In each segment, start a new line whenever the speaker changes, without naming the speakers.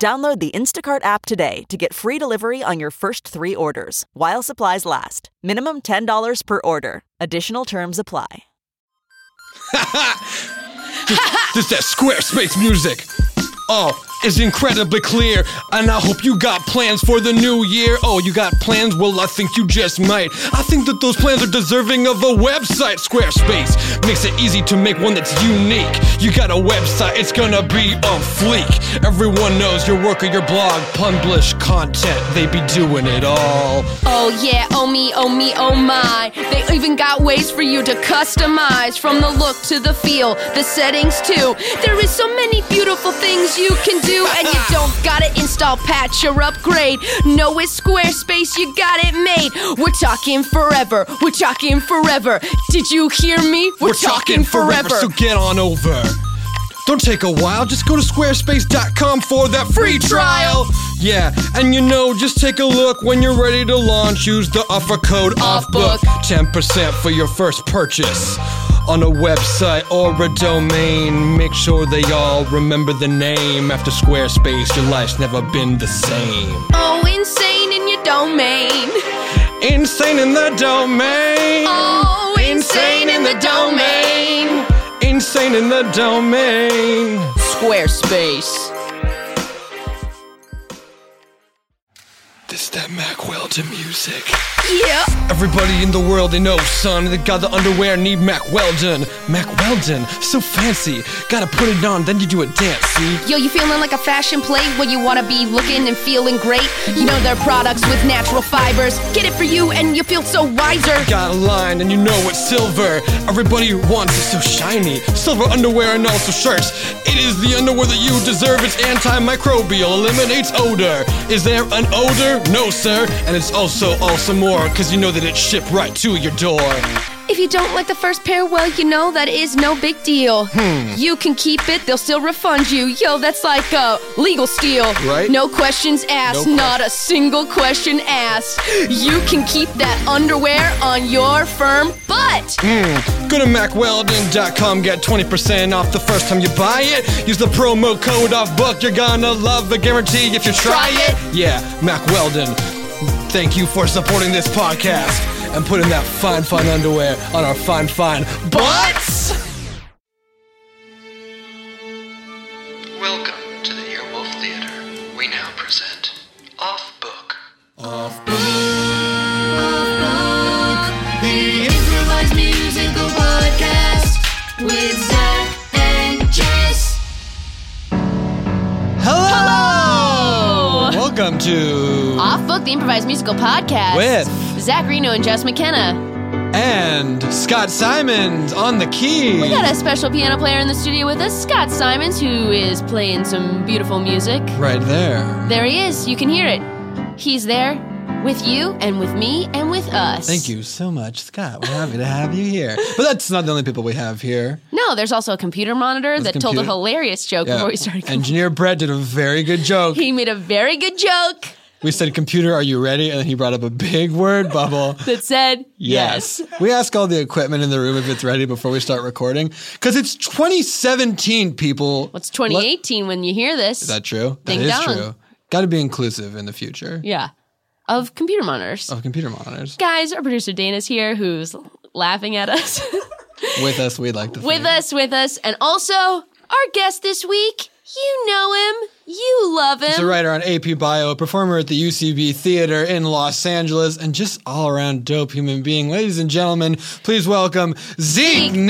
Download the Instacart app today to get free delivery on your first three orders while supplies last. Minimum $10 per order. Additional terms apply.
This that Squarespace music. Oh, it's incredibly clear, and I hope you got plans for the new year. Oh, you got plans? Well, I think you just might. I think that those plans are deserving of a website. Squarespace makes it easy to make one that's unique. You got a website, it's gonna be on fleek. Everyone knows your work or your blog, publish content, they be doing it all.
Oh yeah, oh me, oh me, oh my. They even got ways for you to customize from the look to the feel, the settings too. There is so many beautiful things you can do, and you don't gotta install, patch, or upgrade. No, it's Squarespace, you got it made. We're talking forever, we're talking forever. Did you hear me? We're, talking, forever.
so get on over. Don't take a while, just go to squarespace.com for that free trial. Yeah, and you know, just take a look when you're ready to launch. Use the offer code OFFBOOK,
Offbook.
10% for your first purchase on a website or a domain. Make sure they all remember the name. After Squarespace, your life's never been the same.
oh, insane in your domain.
Insane in the domain.
Oh, insane in the domain.
Insane in the domain.
Squarespace.
This that Mac Weldon music.
Yeah.
Everybody in the world they know, son. They got the underwear, need Mac Weldon. Mac Weldon, so fancy. Gotta put it on, then you do a dance. See?
Yo, you feeling like a fashion plate where you wanna be looking and feeling great? You know their products with natural fibers. Get it for you and you feel so wiser.
Got a line, and you know it's silver. Everybody wants it so shiny. Silver underwear and also shirts. It is the underwear that you deserve. It's antimicrobial, eliminates odor. Is there an odor? No, sir. And it's also also more, cause you know that it's shipped right to your door.
If you don't like the first pair, well, you know that is no big deal.
Hmm.
You can keep it, they'll still refund you. Yo, that's like a legal steal.
Right?
No questions asked,
No
not a single question asked. You can keep that underwear on your firm butt.
Hmm. Go to MacWeldon.com, get 20% off the first time you buy it. Use the promo code OFFBOOK, you're gonna love the guarantee if you try it. Yeah, Mac Weldon, thank you for supporting this podcast and putting that fine, fine underwear on our fine, fine butts.
Welcome to the Earwolf Theater. We now present Off Book.
The improvised musical podcast with Zach and Jess.
Hello! Welcome to
Off Book, the improvised musical podcast
With-
Zach Reno and Jess McKenna.
and Scott Simons on the key.
We got a special piano player in the studio with us, Scott Simons, who is playing some beautiful music.
right there.
There he is. You can hear it. He's there with you and with me and with us.
Thank you so much, Scott. We're happy to have you here. But that's not the only people we have here.
No, there's also a computer monitor that told a
computer-
hilarious joke
Yeah.
before we started.
Engineer Brett did a very good joke.
he made a very good joke
we said, "Computer, are you ready?" And then he brought up a big word bubble.
that said, yes.
We ask all the equipment in the room if it's ready before we start recording because it's 2017. People,
What's 2018 when you hear this?
Is that true? That is
Ding dong.
true. Got to be inclusive in the future
yeah. Of computer monitors.
of computer monitors.
Guys, our producer Dana's here who's laughing at us.
With us, we'd like to.
with
thank-
us, with us. And also, our guest this week, you know him. You love him.
He's a writer on AP Bio, a performer at the UCB Theater in Los Angeles, and just all around dope human being. Ladies and gentlemen, please welcome Zeke
Zeke Nicholson.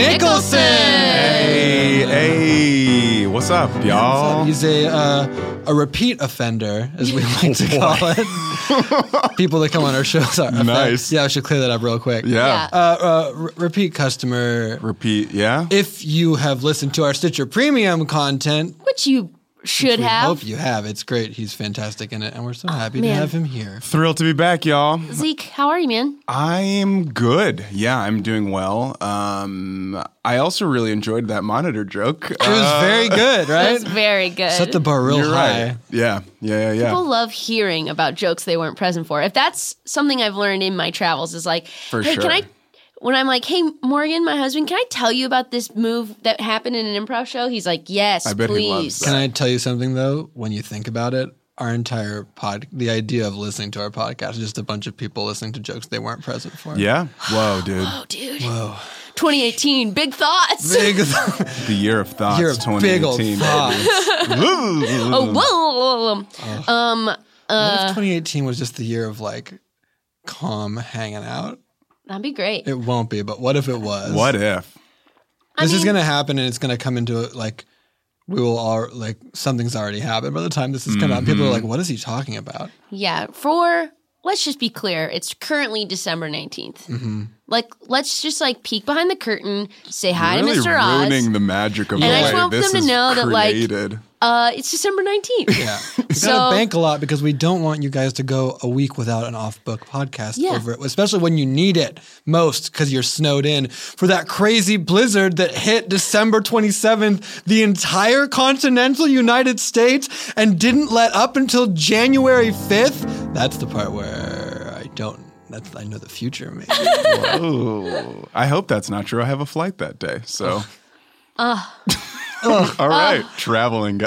Nicholson.
Hey, hey, what's up, y'all?
He's a uh, a repeat offender, as we like to call it. People that come on our shows are offend-
Nice.
Yeah, I should clear that up real quick.
Yeah.
Uh, uh, r- repeat customer.
Repeat, yeah?
If you have listened to our Stitcher Premium content,
Which you should
we
have.
hope you have. Oh, It's great. He's fantastic in it, and we're so happy to
man.
have him here.
Thrilled to be back, y'all.
Zeke, how are you, man?
I'm good. Yeah, I'm doing well. Um, I also really enjoyed that monitor joke.
It was very good, right?
That's very good.
Set the bar real
Uh, You're
high.
right. Yeah, yeah, yeah, yeah.
People love hearing about jokes they weren't present for. If that's something I've learned in my travels, is like, hey,
sure.
can I? When I'm like, hey, Morgan, my husband, can I tell you about this move that happened in an improv show? He's like, yes,
I bet he loves
please.
that.
Can I tell you something though? When you think about it, our entire pod, the idea of listening to our podcast is just a bunch of people listening to jokes they weren't present for.
yeah. Whoa, dude.
oh, dude. 2018, big thoughts.
Big
The year of thoughts.
You're a big old
2018.
thought.
oh, whoa. Um,
What if
Uh.
2018 was just the year of like calm hanging out?
That'd be great.
It won't be, but what if it was?
what if?
I
this is
mean-
gonna happen and it's gonna come into it like we will all like something's already happened by the time this is coming out. People are like, "What is he talking about?"
Yeah, for let's just be clear, it's currently December 19th.
Mm-hmm.
Like, let's just like peek behind the curtain, say hi
really
to Mr. Oz.
ruining the magic of
And
the
I
way
just want
this
them to
is
know that, like,
created.
uh, it's December 19th.
Yeah, we
So-
gotta bank a lot because we don't want you guys to go a week without an off-book podcast
Yeah.
over it, especially when you need it most because you're snowed in for that crazy blizzard that hit December 27th, the entire continental United States, and didn't let up until January 5th. That's the part where I don't. That's I know the future, maybe.
Oh, I hope that's not true. I have a flight that day, so. All right, traveling
Oh.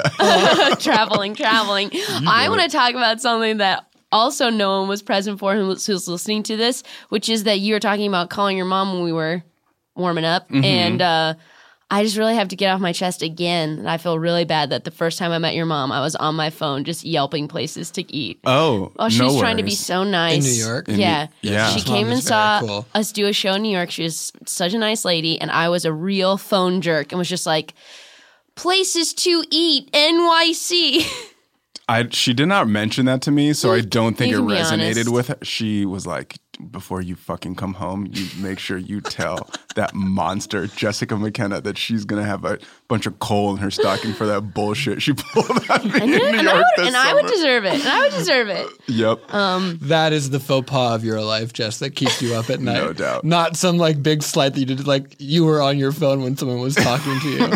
guy.
traveling, traveling. I want to talk about something that also no one was present for who was, who's listening to this, which is that you were talking about calling your mom when we were warming up.
Mm-hmm.
And uh, I just really have to get off my chest again. that I feel really bad that the first time I met your mom, I was on my phone just yelping places to eat.
Oh,
Oh, she
no
was trying to be
worries.
so nice.
In New York? In
yeah.
New- yeah.
She
His
came
mom
and
is very
saw
cool.
us do a show in New York. She was such a nice lady, and I was a real phone jerk and was just like, places to eat, NYC.
I she did not mention that to me, so I don't think it
You can be
resonated
honest.
with her. She was like, "Before you fucking come home, you make sure you tell that monster Jessica McKenna that she's gonna have a bunch of coal in her stocking for that bullshit she pulled on me in New
and I would,
York this
and I would um,
summer."
deserve it. And I would deserve it.
Yep.
That is the faux pas of your life, Jess, that keeps you up at night.
No doubt.
Not some like big slight that you did, like you were on your phone when someone was talking to you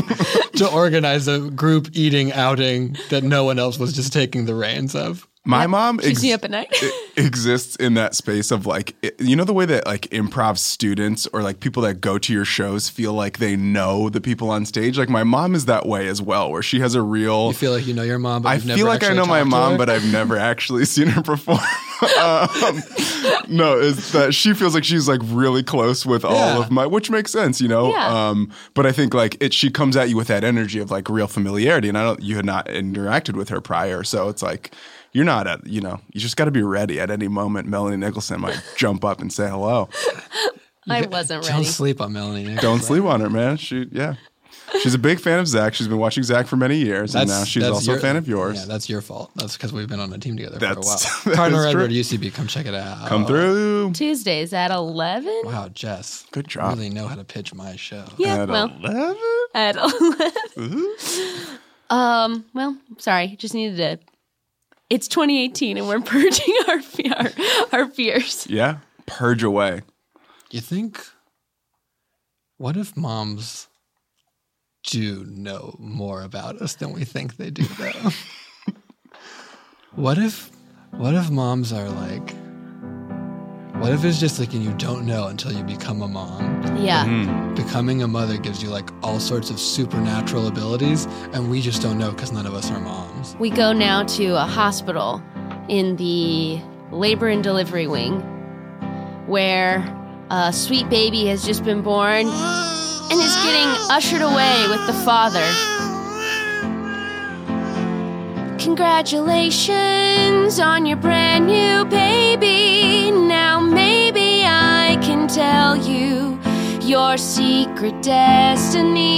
to organize a group eating outing that no one else was just taking the reins of.
My mom
Keeps
ex-
me up at night.
it exists in that space of like i- you know the way that like improv students or like people that go to your shows feel like they know the people on stage like my mom is that way as well where she has a real
You feel like you know your mom, but
I
you've
feel
never
like I
actually
know my
talked to
mom,
her.
but I've never actually seen her perform. um, no, it's that she feels like she's like really close with
Yeah.
all of my, which makes sense, you know.
Yeah.
Um, but I think like it, she comes at you with that energy of like real familiarity, and I don't, you had not interacted with her prior, so it's like you're not at, you know, you just got to be ready at any moment. Melanie Nicholson might jump up and say hello.
I wasn't
don't
ready.
sleep on Melanie. Nicholson.
Don't sleep on her, man. She, yeah. She's a big fan of Zach. She's been watching Zach for many years, and now she's
that's
also
your-
a fan of yours.
Yeah, that's your fault. That's because we've been on a team together
That's-
for a while.
that
Cardinal
is
Redwood
true.
UCB, come check it out.
Come through.
Tuesdays at 11?
Wow, Jess.
Good job.
Really know how to pitch my show.
Yeah,
At
well,
11?
at 11.
Mm-hmm.
um, well, sorry. Just needed to. It's 2018 and we're purging our, fe- our, our fears.
Yeah. Purge away.
You think, what if moms do know more about us than we think they do, though? what if, what if moms are like, what if it's just like, and you don't know until you become a mom?
Yeah.
Becoming a mother gives you like all sorts of supernatural abilities, and we just don't know because none of us are moms.
We go now to a hospital in the labor and delivery wing where a sweet baby has just been born and is getting ushered away with the father. Congratulations on your brand new baby. Now maybe I can tell you your secret destiny.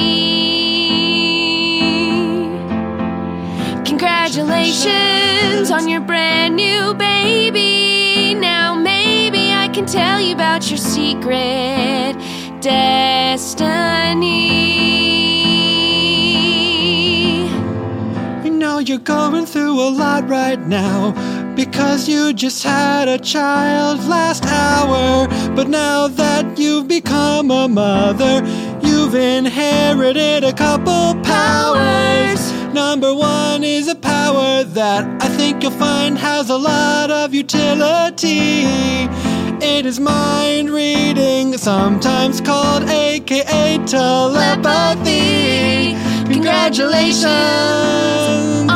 Congratulations on your brand new baby. Now maybe I can tell you about your secret destiny.
We know you're going through a lot right now because you just had a child last hour. But now that you've become a mother, you've inherited a couple powers. Number one is a power that I think you'll find has a lot of utility. It is mind reading, sometimes called AKA telepathy. Congratulations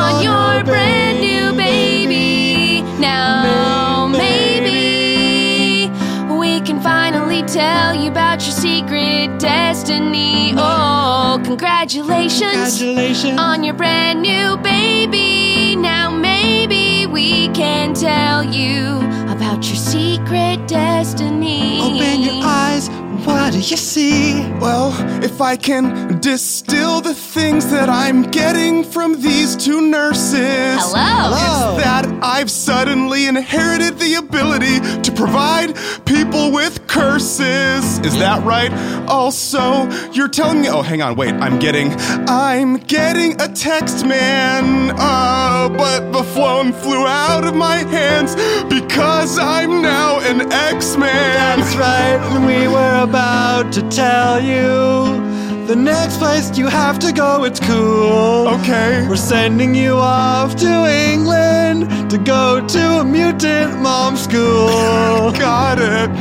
on your brand new baby. Now maybe we can finally tell you about your secret destiny. Oh, congratulations
Congratulations
on your brand new baby. Now maybe we can tell you about your secret destiny.
Open your eyes, what do you see?
Well, if I can distill the things that I'm getting from these two nurses.
Hello.
Oh.
It's that I've suddenly inherited the ability to provide people with curses. Is that right? Also, you're telling me. Oh, hang on, wait. I'm getting. I'm getting a text, man. Uh, but the phone flew out of my hands because I'm now an X-Man.
That's right, we were about to tell you. The next place you have to go, it's cool.
Okay.
We're sending you off to England to go to a mutant mom school.
Got it.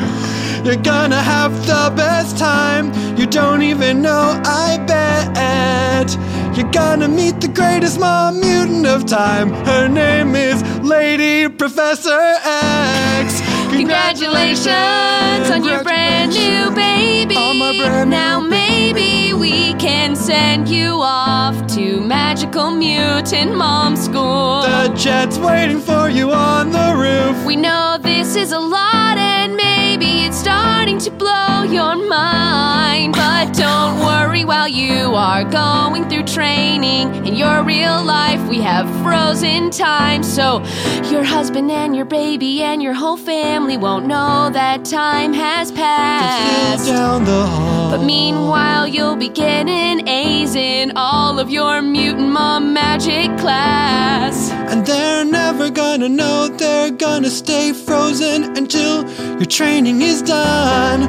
You're gonna have the best time. You don't even know, I bet. You're gonna meet the greatest mom mutant of time. Her name is Lady Professor X.
Congratulations on your brand new baby.
On my brand new
now maybe we can send you off to Magical Mutant Mom School.
The jet's waiting for you on the roof.
we know this is a lot and maybe it's starting to blow your mind. But don't worry while you are going through training. In your real life, we have frozen time. So your husband and your baby and your whole family won't know that time has passed.
Down the hall.
But meanwhile, you'll be getting A's in all of your mutant mom magic class.
And they're never gonna know, they're gonna stay frozen until your training is done.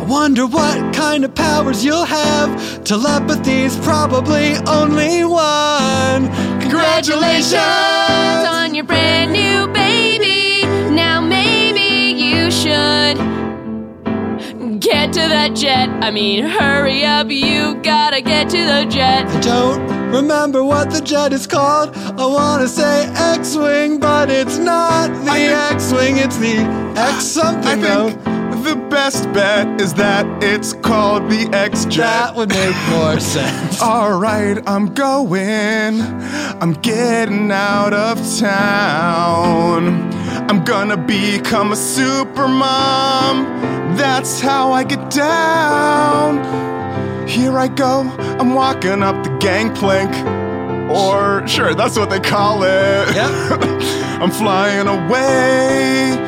I wonder what kind of powers you'll have. Telepathy's probably only one.
Congratulations on your brand new baby. Now maybe you should get to that jet. I mean, hurry up, you gotta get to the jet.
I don't remember what the jet is called. I wanna say X Wing, but it's not the
I-
X Wing, it's the X something
I
though.
think the best bet is that it's called the X
That
Jet.
would make more sense.
All right, I'm going. I'm getting out of town. I'm gonna become a super mom. That's how I get down. Here I go. I'm walking up the gangplank. Or, sure, that's what they call it.
Yep.
I'm flying away.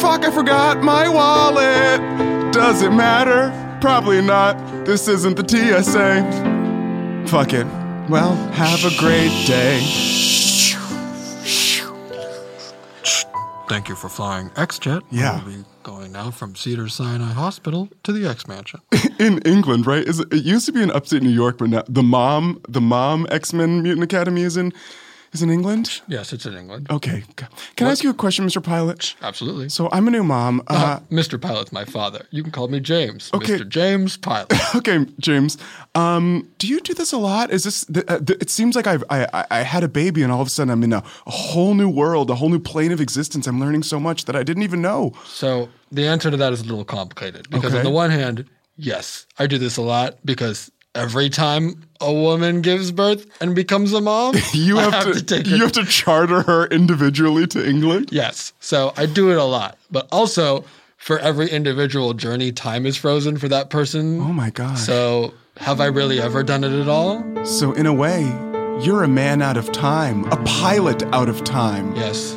Fuck, I forgot my wallet. Does it matter? Probably not. This isn't the TSA. Fuck it. Well, have a great day.
Thank you for flying XJet.
Yeah.
We'll be going now from Cedar Sinai Hospital to the X Mansion.
In England, right? Is it, it used to be in upstate New York, but now the mom, the mom X Men Mutant Academy is in, is in England.
yes, it's in England.
Okay. Can I ask you a question, Mr. Pilot?
Absolutely.
So I'm a new mom. Uh,
Mr. Pilot's my father. You can call me James.
Okay.
Mr. James Pilot.
Okay, James. Um, do you do this a lot? Is this? Th- uh, th- it seems like I've I, I- I had a baby, and all of a sudden I'm in a, a whole new world, a whole new plane of existence. I'm learning so much that I didn't even know.
So the answer to that is a little complicated because
Okay.
on the one hand, yes, I do this a lot because
every time a woman gives birth and becomes a mom,
You
I
have, to,
take her.
you have to charter her individually to England.
yes. So I do it a lot. But also for every individual journey, time is frozen for that person.
Oh my gosh.
So have I really ever done it at all?
So in a way, you're a man out of time, a pilot out of time.
Yes.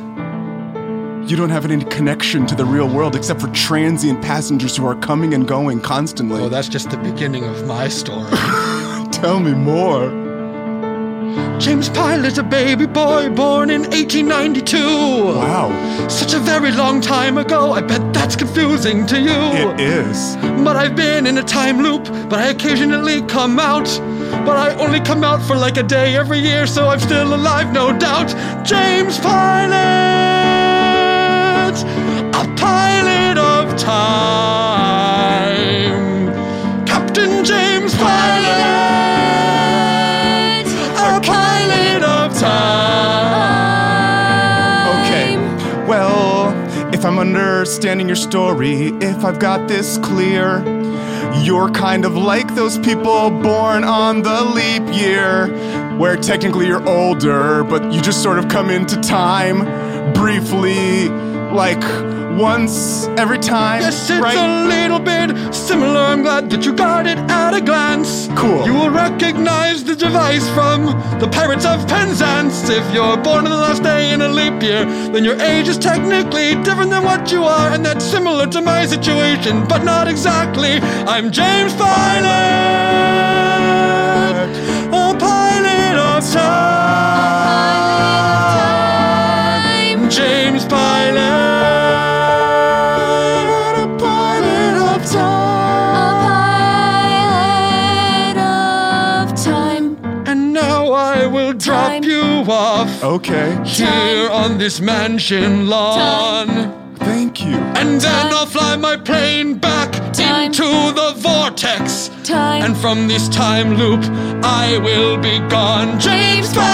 You don't have any connection to the real world except for transient passengers who are coming and going constantly.
Well, that's just the beginning of my story.
Tell me more.
James Pilot, a baby boy born in 1892.
Wow.
Such a very long time ago. I bet that's confusing to you.
It is.
But I've been in a time loop, but I occasionally come out. But I only come out for like a day every year, so I'm still alive, no doubt. James Pilot, a pilot of time. Captain James Pilot, a pilot of time.
Okay. Well, if I'm understanding your story, if I've got this clear, you're kind of like those people born on the leap year, where technically you're older, but you just sort of come into time briefly, like once every time.
Yes, it's
right?
a little bit similar. I'm glad that you got it at a glance.
Cool.
You will recognize the device from the Pirates of Penzance. If you're born on the last day in a leap year, then your age is technically different than what you are, and that's similar to my situation, but not exactly. I'm James Pilot, a pilot of time. James Pilot, a pilot of time. And now I will drop you
Oh.
off
Okay.
here on this mansion lawn.
Thank you.
And then I'll fly my plane back
Time.
into the vortex.
Time.
And from this time loop, I will be gone. James Pilot,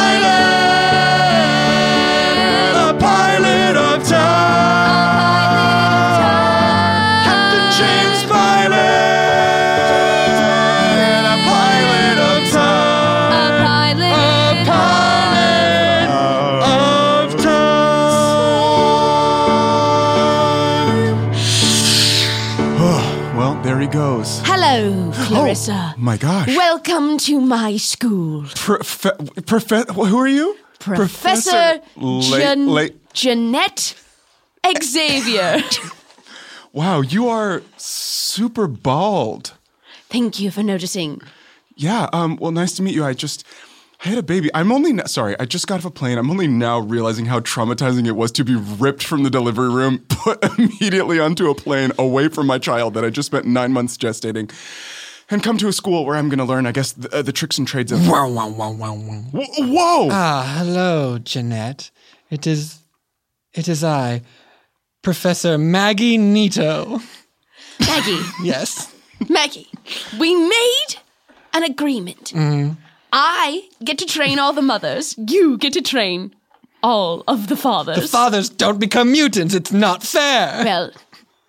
a pilot of time. Captain James Pilot, a pilot of time. A pilot of time.
Oh, well, there he goes. Oh,
Hello, Clarissa.
My gosh.
Welcome to my school.
Prof- prof- who are you?
Professor, Jan-
La- La-
Jeanette Xavier.
wow, you are super bald.
Thank you for noticing.
Yeah. Um, well, nice to meet you. I just I had a baby. I'm only no- sorry. I just got off a plane. I'm only now realizing how traumatizing it was to be ripped from the delivery room, put immediately onto a plane away from my child that I just spent nine months gestating, and come to a school where I'm going to learn, I guess, the, uh, the tricks and trades of.
Wow, wow, Uh, wow, wow, wow.
Whoa! whoa.
Ah, hello, Jeanette. It is. It is I, Professor Maggie Nito.
Maggie,
Yes.
Maggie, we made an agreement. I get to train all the mothers, you get to train all of the fathers.
Fathers don't become mutants. It's not fair.
well,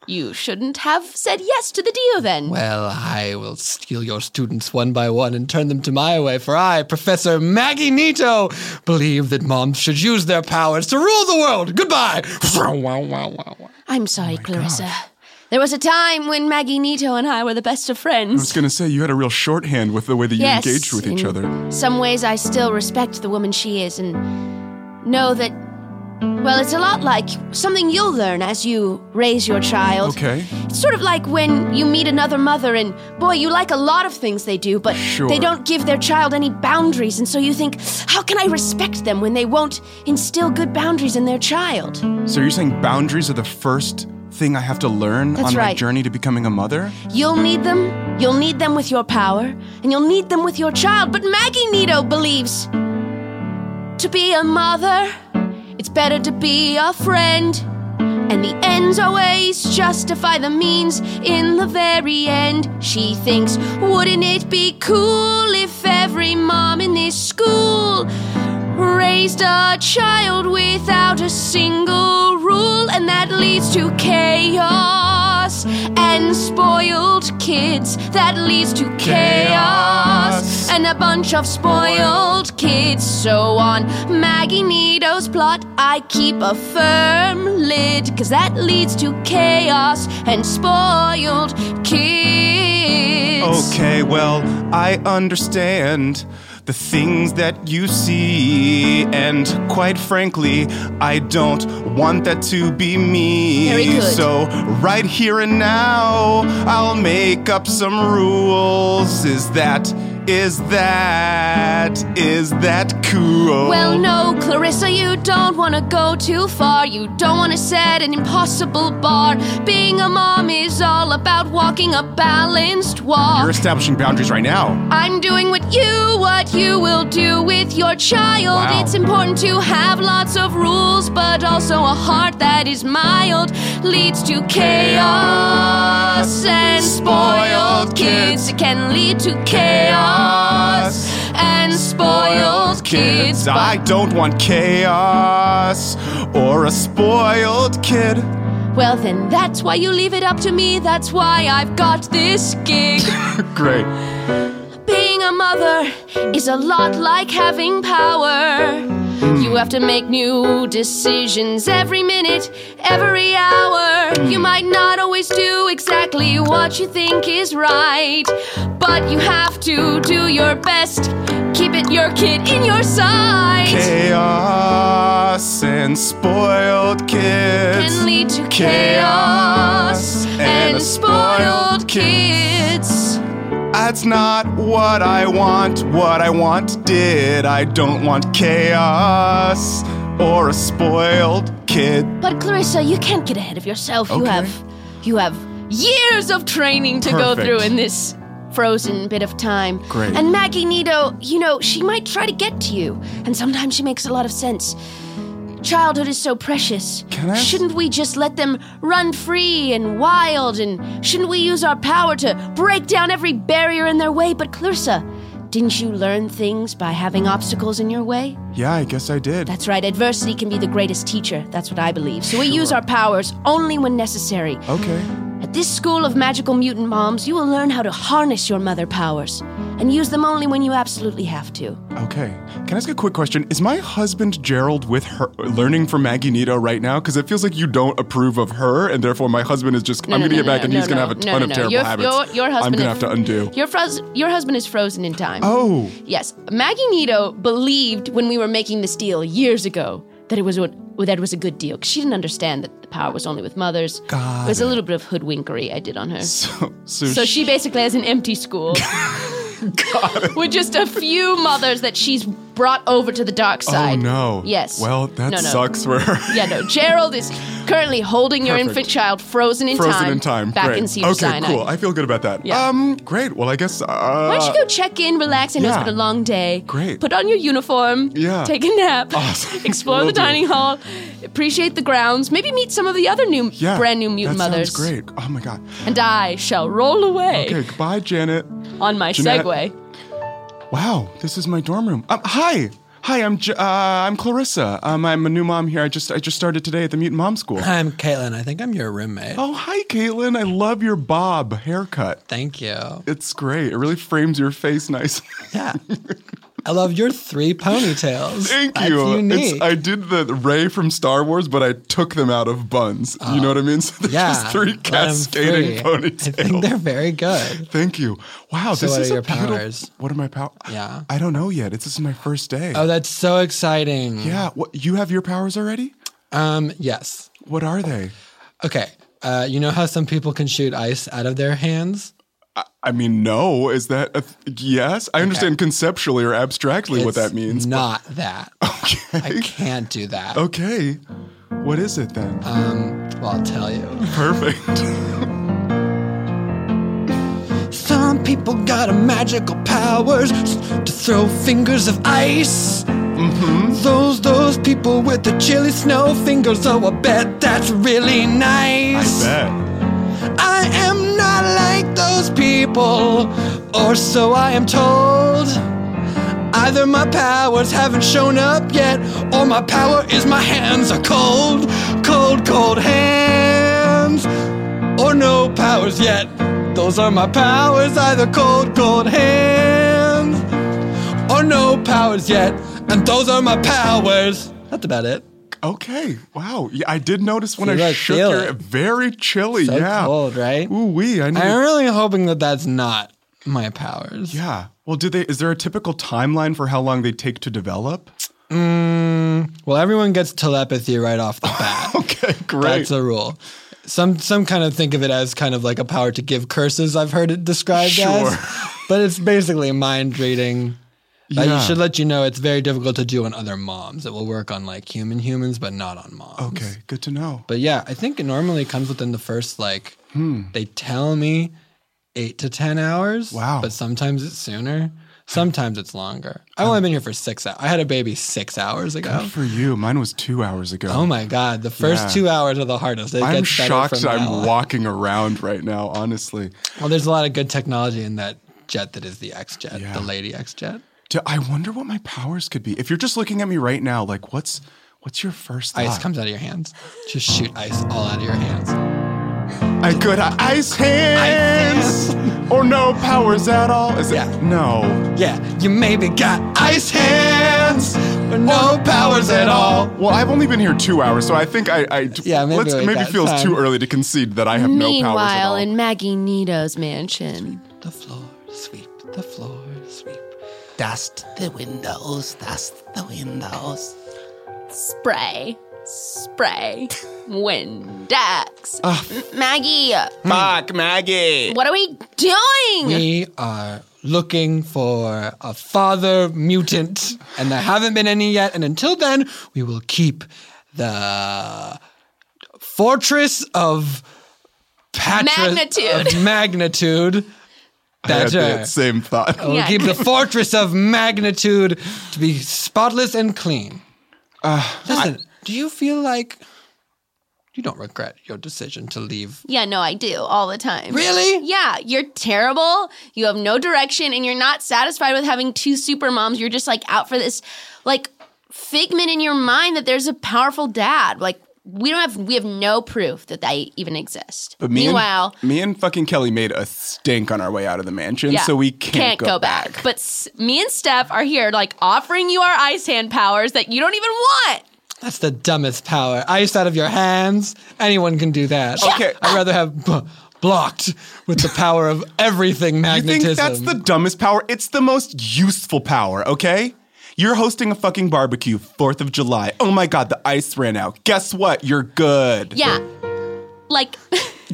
you shouldn't have said yes to the deal then.
Well, I will steal your students one by one and turn them to my way, for I, Professor Maggie Nito, believe that moms should use their powers to rule the world. Goodbye. Wow, wow, wow, wow, wow.
I'm sorry, Clarissa. There was a time when Maggie Nito and I were the best of
I was
friends.
going to say you had a real shorthand with the way that you
Yes,
engaged with each
in
other.
Some ways I still respect the woman she is and know that well, it's a lot like something you'll learn as you raise your child.
Okay.
It's sort of like when you meet another mother and boy, you like a lot of things they do, but
Sure.
they don't give their child any boundaries, and so you think, how can I respect them when they won't instill good boundaries in their child?
So you're saying boundaries are the first thing I have to learn
That's
on my
right.
journey to becoming a mother?
You'll need them. You'll need them with your power, and you'll need them with your child. But Maggie Nito believes to be a mother, it's better to be a friend. And the ends always justify the means in the very end. She thinks, wouldn't it be cool if every mom in this school raised a child without a single rule? And that leads to chaos. adults and spoiled kids. That leads to chaos and a bunch of spoiled kids. So on Maggie Nito's plot, I keep a firm lid, cause that leads to chaos and spoiled kids.
Okay, well, I understand the things that you see, and quite frankly, I don't want that to be me.
Very good.
So, right here and now, I'll make up some rules. Is that, is that, is that cool?
Well, no, Clarissa, you don't want to go too far. You don't want to set an impossible bar. Being a mom is all about walking a balanced walk.
You're establishing boundaries right now.
I'm doing with you what you will do with your child.
Wow.
It's important to have lots of rules, but also a heart that is mild leads to chaos and spoiled kids. It can lead to chaos and spoiled kids.
I don't want chaos or a spoiled kid.
Well, then that's why you leave it up to me. That's why I've got this gig.
Great.
Being a mother is a lot like having power. You have to make new decisions every minute, every hour. You might not always do exactly what you think is right, but you have to do your best. Keep it your kid in your sight.
Chaos and spoiled kids.
Can lead to
chaos
chaos and
and spoiled
spoiled kids.
That's not what I want. What I want did. I don't want chaos or a spoiled kid.
But Clarissa, you can't get ahead of yourself. You
Okay.
have you have years of training to go
Perfect.
through in this frozen bit of time.
Great.
And Maggie Nito, you know, she might try to get to you, and sometimes she makes a lot of sense. Childhood is so precious.
Can I-
Shouldn't we just let them run free and wild and shouldn't we use our power to break down every barrier in their way? But Clarissa, didn't you learn things by having obstacles in your way?
Yeah, I guess I did.
That's right. Adversity can be the greatest teacher. That's what I believe. So we use our powers only when necessary.
okay.
At this school of magical mutant moms, you will learn how to harness your mother powers and use them only when you absolutely have to.
Okay. Can I ask a quick question? Is my husband Gerald with her learning from Maggie Nito right now? Because it feels like you don't approve of her, and therefore my husband is just.
No,
I'm
no,
gonna
no,
get back,
no,
and
no,
he's gonna
no,
have a
no,
ton
no,
of
no.
terrible
your, Your,
habits.
your husband
I'm gonna have
is-
to undo.
Your, froz- your husband is frozen in time.
Oh,
Yes, Maggie Nito believed when we were making this deal years ago that it was what that it was a good deal. 'cause She didn't understand that the power was only with mothers.
Got
it was a
it.
little bit of hoodwinkery I did on her.
so, so,
So she basically has an empty school. With just a few mothers that she's brought over to the dark
Oh
side.
no.
Yes.
Well, that
No, no.
sucks for her.
Yeah, no. Gerald is currently holding your
Perfect.
infant child frozen in
Frozen
time.
in time.
Back
great.
in Cedar
Okay,
Sinai.
cool. I feel good about that.
Yeah.
Um, great. Well, I guess. Uh,
Why don't you go check in, relax? I know
yeah.
it's been a long day.
Great.
Put on your uniform.
Yeah.
Take a nap.
Awesome.
Explore
Will
the
do.
dining hall. Appreciate the grounds. Maybe meet some of the other new,
Yeah.
brand new mutant
that
mothers.
Sounds great. Oh my god.
And I shall roll away
Okay. Goodbye, Janet.
on my
Jeanette.
Segway.
Wow, this is my dorm room. Um, hi, hi. I'm J- uh, I'm Clarissa. Um, I'm a new mom here. I just I just started today at the Mutant Mom School.
I'm Caitlin. I think I'm your roommate.
Oh, hi, Caitlin. I love your bob haircut.
Thank you.
It's great. It really frames your face nicely.
Yeah. I love your three ponytails.
Thank
That's
you.
unique.
It's, I did the Ray from Star Wars, but I took them out of buns. you know what I mean? So there's
Oh, yeah.
just three
let 'em
cascading
free.
ponytails.
I think they're very good.
Thank you. Wow,
So
this
what
is
are
a
your
beautiful-
powers?
What are my powers?
Yeah.
I don't know yet. It's this is my first day.
Oh, that's so exciting.
yeah. What you have your powers already?
Um, yes.
What are they?
Okay. Uh, you know how some people can shoot ice out of their hands?
I mean, no. Is that a th- yes? I understand conceptually or abstractly what
It's
that means. but-
Not that. I
Okay.
can't do that. Um,
Okay. What is it then?
Uh, Well, I'll tell you.
Perfect.
Some people got a magical powers to throw fingers of ice.
Mm-hmm.
Those those people with the chilly snow fingers. Oh, I bet that's really nice.
Bet.
I am not like those people, or so I am told. Either my powers haven't shown up yet, or my power is my hands are cold, cold, cold hands, or no powers yet. Those are my powers, either cold, cold hands or no powers yet. And those are my powers. That's about it.
Okay. Wow. Yeah, I did notice when
You
I
really
shook
feel
your
it.
very chilly.
So
yeah.
cold, right?
Ooh wee. I knew.
I'm really hoping that that's not my powers.
yeah. Well, do they? Is there a typical timeline for how long they take to develop?
Mm, well, everyone gets telepathy right off the bat.
okay, great.
That's a rule. Some some kind of think of it as kind of like a power to give curses. I've heard it described
Sure.
as, but it's basically mind reading. But
Yeah.
I should let you know it's very difficult to do on other moms. It will work on like human humans, but not on moms.
Okay. Good to know.
But yeah, I think it normally comes within the first like
Hmm.
they tell me eight to ten hours.
Wow.
But sometimes it's sooner. Sometimes it's longer. I've only been here for six hours. I had a baby six hours ago.
Good for you. Mine was two hours ago.
Oh my god, the first
Yeah.
two hours are the hardest. It
I'm
gets better
shocked
from
I'm
now on.
walking around right now, honestly.
Well, there's a lot of good technology in that jet that is the X jet,
Yeah.
the Lady X jet.
Do, I wonder what my powers could be. If you're just looking at me right now, like what's what's your first
Ice
thought?
comes out of your hands. Just shoot ice all out of your hands.
I could have ice hands or no powers at all. Is
Yeah.
it no.
Yeah, you maybe got ice hands, but no powers at all.
Well, I've only been here two hours, so I think I, I
Yeah, maybe
let's,
we
maybe
got
feels
time.
too early to concede that I have no powers at
Meanwhile,
all.
in Maggie Nito's mansion.
The floor, sweep, the floor, sweep.
Dust the windows, dust the windows.
Spray. Spray. Windex.
Ah.
M- Maggie,
Fuck, Maggie.
what are we doing?
We are uh, looking for a father mutant, and there haven't been any yet. And until then, we will keep the fortress of Patras-
Magnitude.
Of magnitude.
I had
That's right.
that same thought.
We'll
Yeah.
keep the fortress of magnitude to be spotless and clean. Listen, do you feel like you don't regret your decision to leave?
Yeah, no, I do all the time.
Really?
Yeah, you're terrible. You have no direction and you're not satisfied with having two super moms. You're just like out for this like figment in your mind that there's a powerful dad. Like we don't have we have no proof that they even exist.
But me
Meanwhile,
and, me and fucking Kelly made a stink on our way out of the mansion,
yeah,
so we can't,
go, back. But s- me and Steph are here like offering you our ice hand powers that you don't even want.
That's the dumbest power. Ice out of your hands. Anyone can do that.
Okay.
I'd rather have b- blocked with the power of everything
You
magnetism.
think that's the dumbest power? It's the most useful power, okay? You're hosting a fucking barbecue, 4th of July. Oh my god, the ice ran out. Guess what? You're good.
Yeah. Like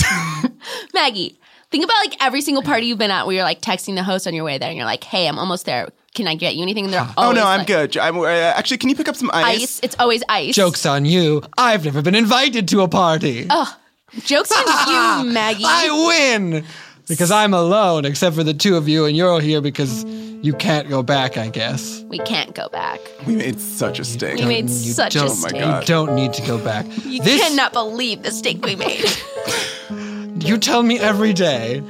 Maggie, think about like every single party you've been at where you're like texting the host on your way there and you're like, "Hey, I'm almost there. Can I get you anything?" And they're
Oh
always
no, I'm
like,
good. I'm, uh, actually, can you pick up some ice?
Ice. It's always ice.
Joke's on you. I've never been invited to a party.
Oh. Jokes on you, Maggie.
I win because I'm alone, except for the two of you, and you're all here because you can't go back, I guess.
we can't go back.
We made such a stink.
We made such a
don't-
Oh my
mistake.
God.
You don't need to go back.
You
this,
cannot believe the mistake we made.
You tell me every day.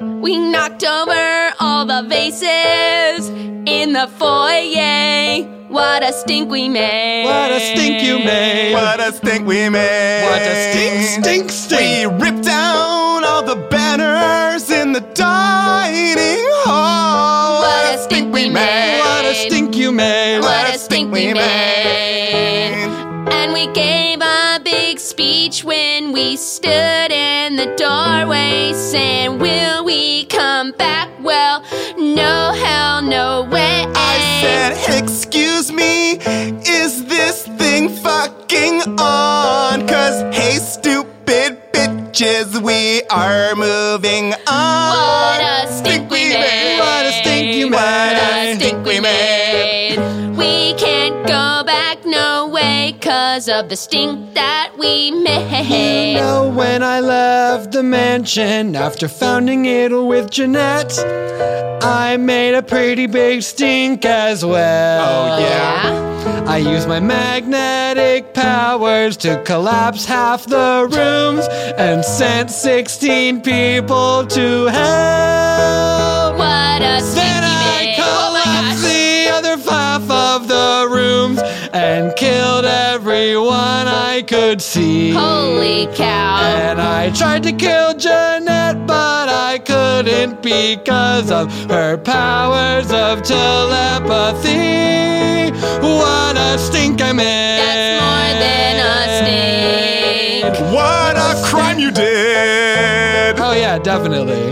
we knocked over all the vases in the foyer. What a stink we made.
What a stink you made.
What a stink we made.
What a stink, stink, stink.
We ripped down all the banners in the dining hall.
What a stink we made.
What a stink you made.
What a stink we made. And we gave a big speech when we stood in the doorway saying, Will we come back? Well, no, hell, no way.
I said, excuse me, is this thing fucking on? Cause hey, stupid bitches, we are moving on.
What a stink we made.
What a stink you
What
made.
a stink we made. We can't go back, no way, cause of the stink that we made.
Now, when I left the mansion after founding it with Jeanette, I made a pretty big stink as well.
Oh, yeah.
Yeah?
I used my magnetic powers to collapse half the rooms and sent 16 people to hell.
What a stink
Then
you
I
made. Oh my
collapsed
gosh.
the other half of the rooms and killed everyone I I could see.
Holy cow.
And I tried to kill Jeanette, but I couldn't because of her powers of telepathy. What a stink I'm in. That's more than a stink.
What a crime you did.
Oh, yeah, definitely.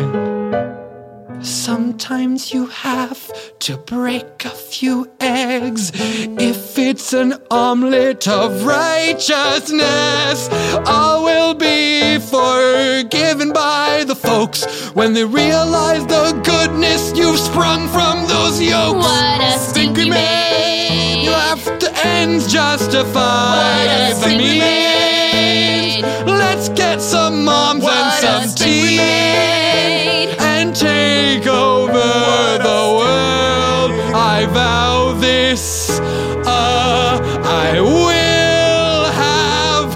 Sometimes you have to break a few
eggs if it's an omelet of righteousness all will be forgiven by the folks when they realize the goodness you've sprung from those yokes
What a
stinky man you have to ends justify
What a
the
stinky
means. let's get some moms
What a
and some
stinky
tea and take over the world. I vow this. Uh, I will have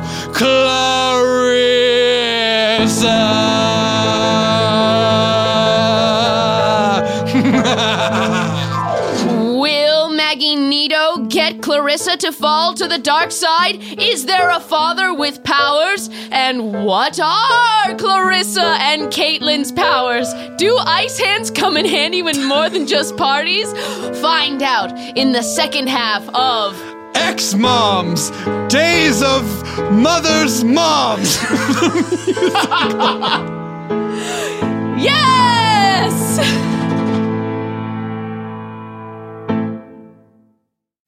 Clarissa.
Will Maggie Nito get Clarissa to fall to the dark side? Is there a father with powers? And what are Clarissa and Caitlin's powers? Do ice hands come in handy when more than just parties? Find out in the second half of
Ex moms, days of mothers' moms.
Yes!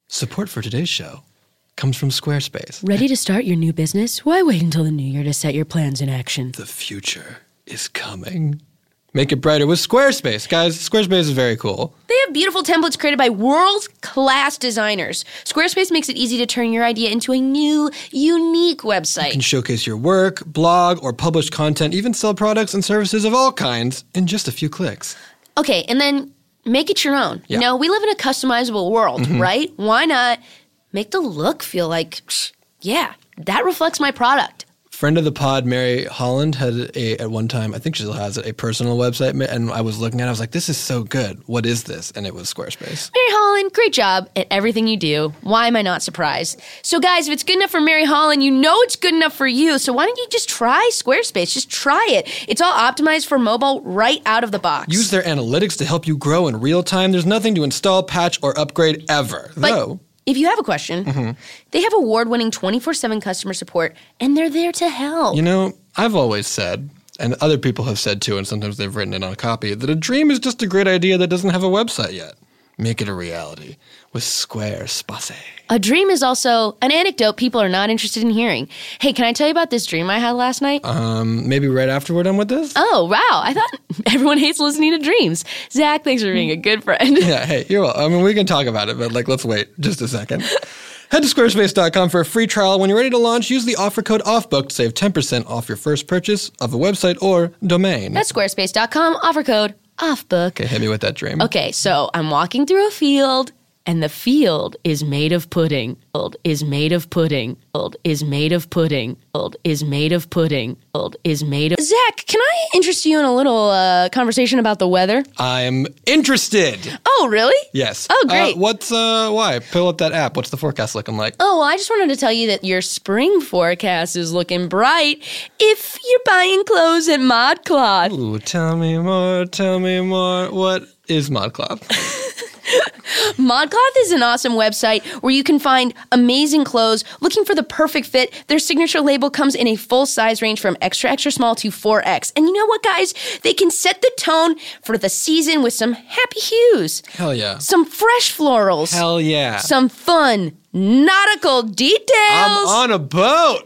Support for today's show comes from Squarespace.
Ready to start your new business? Why wait until the new year to set your plans in action?
The future is coming. Make it brighter with Squarespace, guys. Squarespace is very cool.
They have beautiful templates created by world class designers. Squarespace makes it easy to turn your idea into a new, unique
You can
website.
showcase your work, blog, or publish content, even sell products and services of all kinds in just a few clicks.
Okay, and then make it your own.
Yeah.
You know, we live in a customizable world,
Mhm.
right? Why not make the look feel like, "Psh, yeah, that reflects my product?
Friend of the pod, Mary Holland, had a at one time, I think she still has it, a personal website, ma- and I was looking at it, I was like, this is so good. What is this? And it was Squarespace.
Mary Holland, great job at everything you do. Why am I not surprised? So, guys, if it's good enough for Mary Holland, you know it's good enough for you. So, why don't you just try Squarespace? Just try it. It's all optimized for mobile right out of the box.
Use their analytics to help you grow in real time. There's nothing to install, patch, or upgrade ever.
But-
Though,
If you have a question,
Mhm.
They have award winning 24 7 customer support and they're there to help.
You know, I've always said, and other people have said too, and sometimes they've written it on a copy, that a dream is just a great idea that doesn't have a website yet. Make it a reality with Squarespace.
a dream is also an anecdote people are not interested in hearing. Hey, can I tell you about this dream I had last night?
Um, maybe right after we're done with this?
Oh, wow. I thought everyone hates listening to dreams. Zach, thanks for being a good friend.
yeah, hey, you're well. I mean, we can talk about it, but like, let's wait just a second. Head to squarespace.com for a free trial. When you're ready to launch, use the offer code OFFBOOK to save 10% off your first purchase of a website or domain.
That's squarespace.com, offer code OFFBOOK.
okay, hit me with that dream.
Okay, so I'm walking through a field, and the field is made of pudding. Field is made of pudding. Field is made of pudding. Field is made of pudding. Field is made of. Zach, can I interest you in a little uh, conversation about the weather?
I'm interested.
Oh, really?
Yes.
Oh,
Uh,
great.
what's uh why? Pull up that app. What's the forecast looking like?
Oh, well, I just wanted to tell you that your spring forecast is looking bright if you're buying clothes at ModCloth.
Ooh, tell me more, tell me more. What is ModCloth?
ModCloth is an awesome website where you can find amazing clothes. Looking for the perfect fit, their signature label comes in a full size range from extra, extra small to 4X. And you know what, guys? They can set the tone for the season with some happy hues,
Hell yeah.
some fresh florals,
Hell yeah.
some fun nautical details.
I'm on a boat.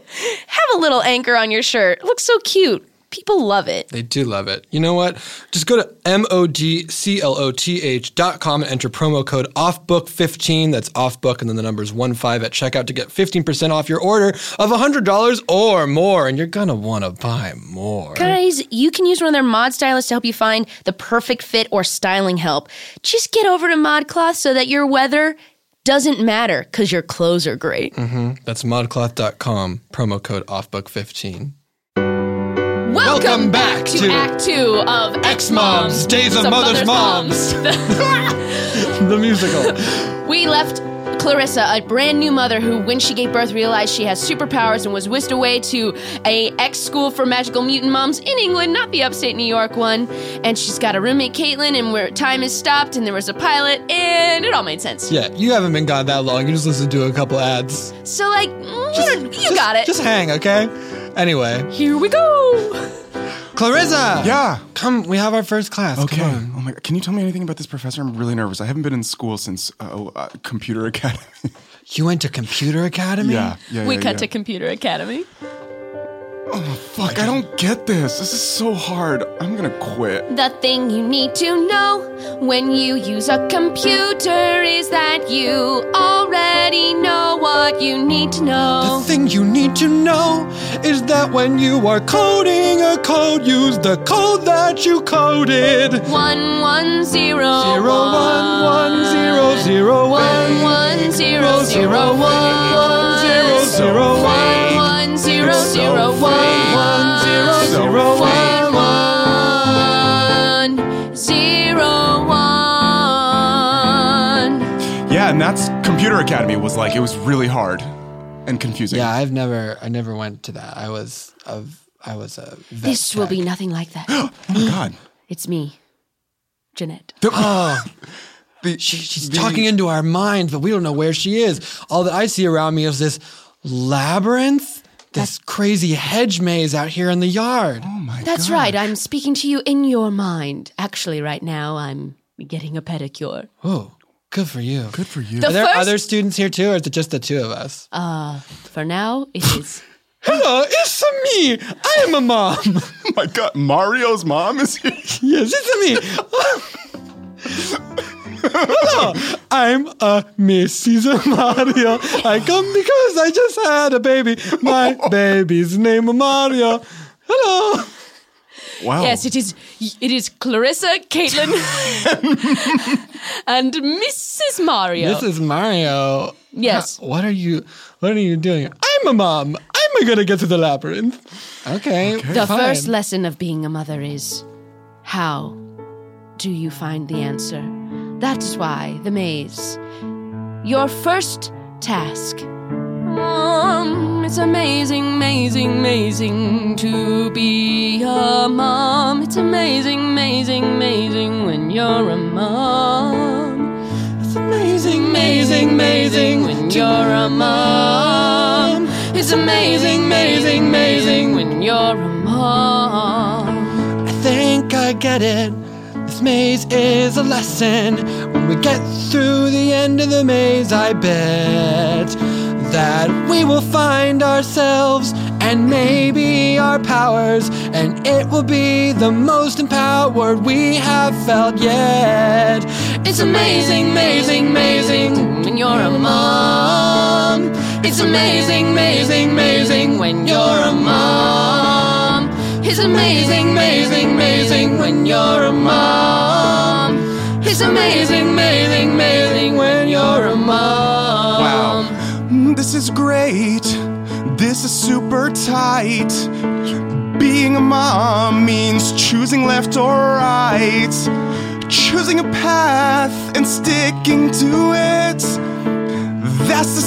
Have a little anchor on your shirt. Looks so cute. People love it.
They do love it. You know what? Just go to M-O-D-C-L-O-T-H dot com and enter promo code OFFBOOK15. That's OFFBOOK and then the numbers 1-5 at checkout to get 15% off your order of $100 or more. And you're going to want to buy more.
Guys, you can use one of their mod stylists to help you find the perfect fit or styling help. Just get over to ModCloth so that your weather doesn't matter because your clothes are great.
Mm-hmm. That's modcloth.com, promo code OFFBOOK15.
Welcome,
back to-
Act Two of X
Moms, Days of Mother's Moms. the musical.
We left Clarissa, a brand new mother who, when she gave birth, realized she has superpowers and was whisked away to a ex school for magical mutant moms in England, not the upstate New York one. And she's got a roommate, Caitlin, and where time is stopped, and there was a pilot, and it all made sense.
Yeah, you haven't been gone that long. You just listened to a couple ads.
So, like, mm, you, don't- you got it.
Just hang, okay? Anyway,
Here we go.
Clarissa.
Yeah.
Come, we have our first class.
Okay.
Come on.
Oh my god. Can you tell me anything about this professor? I'm really nervous. I haven't been in school since uh, oh, uh, computer academy.
You went to computer academy?
Yeah. yeah
we
yeah,
cut
yeah.
to Computer Academy.
Fuck, I don't get this. This is so hard. I'm gonna quit.
The thing you need to know when you use a computer is that you already know what you need to know.
The thing you need to know is that when you are coding a code, use the code that you coded.
One one zero
Zero, one, one, zero, zero,
one
one.
one zero zero one one
zero, zero,
one one zero zero one one zero
zero,
one one zero one.
Yeah, and that's computer academy was like it was really hard and confusing.
Yeah, I've never, I never went to that. I was of, I was a. Vet
This will be nothing like that. oh
my god.
It's me, Jeanette.
oh. she, she's talking into our minds, but we don't know where she is. All that I see around me is this labyrinth, this crazy hedge maze out here in the yard. Oh my
That's right. I'm speaking to you in your mind. Actually, right now I'm getting a pedicure.
Oh, good for you. Good for Uh-huh. you.
The
Are there
first-
other students here too, or is it just the two of us?
Uh, for now it is.
Hello, it's me. I am a mom. oh
my god, Mario's mom is here.
yes, it's me. Hello, I'm a Mrs. Mario. I come because I just had a baby. My baby's name Mario. Hello.
Wow.
Yes, it is. It is Clarissa, Caitlin, and Mrs. Mario.
This is Mario.
Yes.
Huh, What are you? What are you doing? I'm a mom. I'm gonna get to the labyrinth. Okay.
the
fine.
first lesson of being a mother is how do you find the answer? That is why the maze. Your first task. Mom, it's amazing, amazing, amazing to be a mom. It's amazing, amazing, amazing when you're a mom. It's
amazing,
amazing, amazing when you're a mom. It's amazing, amazing, amazing when you're a mom.
I think I get it. This maze is a lesson. When we get through the end of the maze, I bet that we will find ourselves and maybe our powers, and it will be the most empowered we have felt yet.
It's amazing, amazing, amazing when you're a mom. It's amazing, amazing, amazing when you're a mom. It's amazing, amazing, amazing when you're a mom. It's amazing, amazing, amazing when you're a mom.
Wow. Mm, This is great. This is super tight. Being a mom means choosing left or right, choosing a path and sticking to it. That's the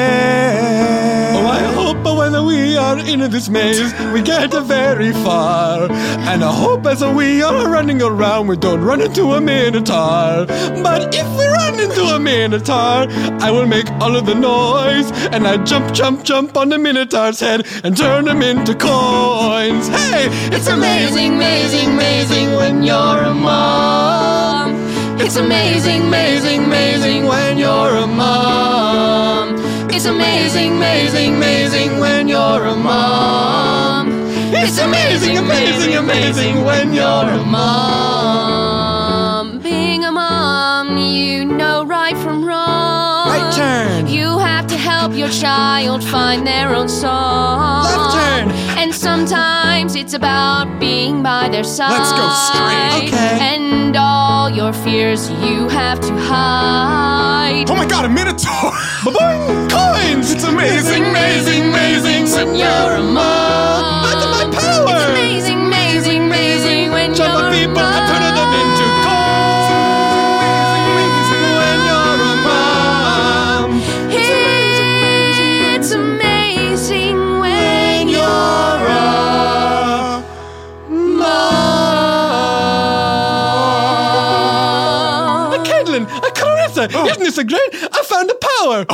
secret.
Oh, I hope when we are in this maze, we get very far. And I hope as we are running around, we don't run into a minotaur. But if we run into a minotaur, I will make all of the noise. And I jump, jump, jump on the minotaur's head and turn him into coins. Hey, it's amazing, amazing, amazing when you're a mom.
It's amazing, amazing, amazing when you're a mom. It's amazing, amazing, amazing when you're a mom. It's amazing, amazing, amazing when you're a mom. Being a mom, you know right from wrong.
Right turn.
You have to help your child find their own song.
Left turn.
And sometimes it's about being by their side.
Let's go straight. Okay.
And all your fears you have to hide.
Oh my god, a minotaur!
Ba-boing! Coins!
It's amazing, amazing, amazing when
you're a mom.
That's my power!
It's amazing, amazing, amazing when
Jump
you're
on people
a mom.
and turn them into coins. When you're a mom. Professor, isn't this a great? I found a power.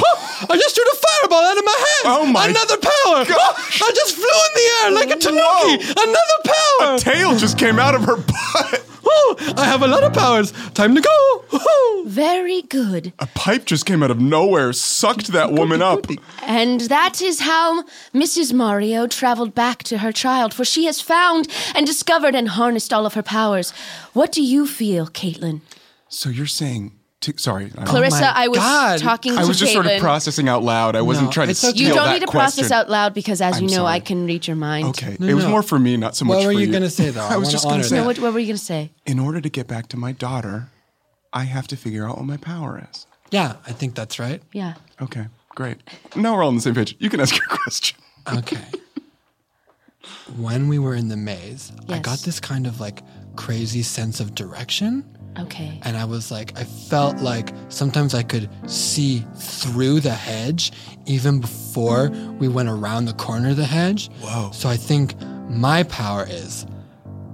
I just shoot a fireball out of my hand. Oh my! Another power. Gosh. I just flew in the air like a tanuki. Another power. A
tail just came out of her butt.
Oh, I have a lot of powers. Time to go.
Very good.
A pipe just came out of nowhere, sucked that woman up.
And that is how Mrs. Mario traveled back to her child, for she has found and discovered and harnessed all of her powers. What do you feel, Caitlin?
So you're saying, t- sorry, I-
Clarissa, I was talking to
I was just sort of
Caitlin.
processing out loud. I wasn't trying to.
You
steal
don't
that
need to
question.
process out loud because, as
I'm
you know,
sorry.
I can read your mind.
Okay, it was more for me, not so much.
What were
for
you gonna say, though? I
I was
wanna
just going
honor
to
that.
say,
No, what, what were you going to say?
in order to get back to my daughter, I have to figure out what my power is.
Yeah, I think that's right.
Yeah.
Okay, great. Now we're all on the same page. You can ask your question.
Okay. When we were in the maze, I
Yes.
got this kind of like crazy sense of direction.
Okay.
And I was like, I felt like sometimes I could see through the hedge even before we went around the corner of the hedge. Whoa. So I think my power is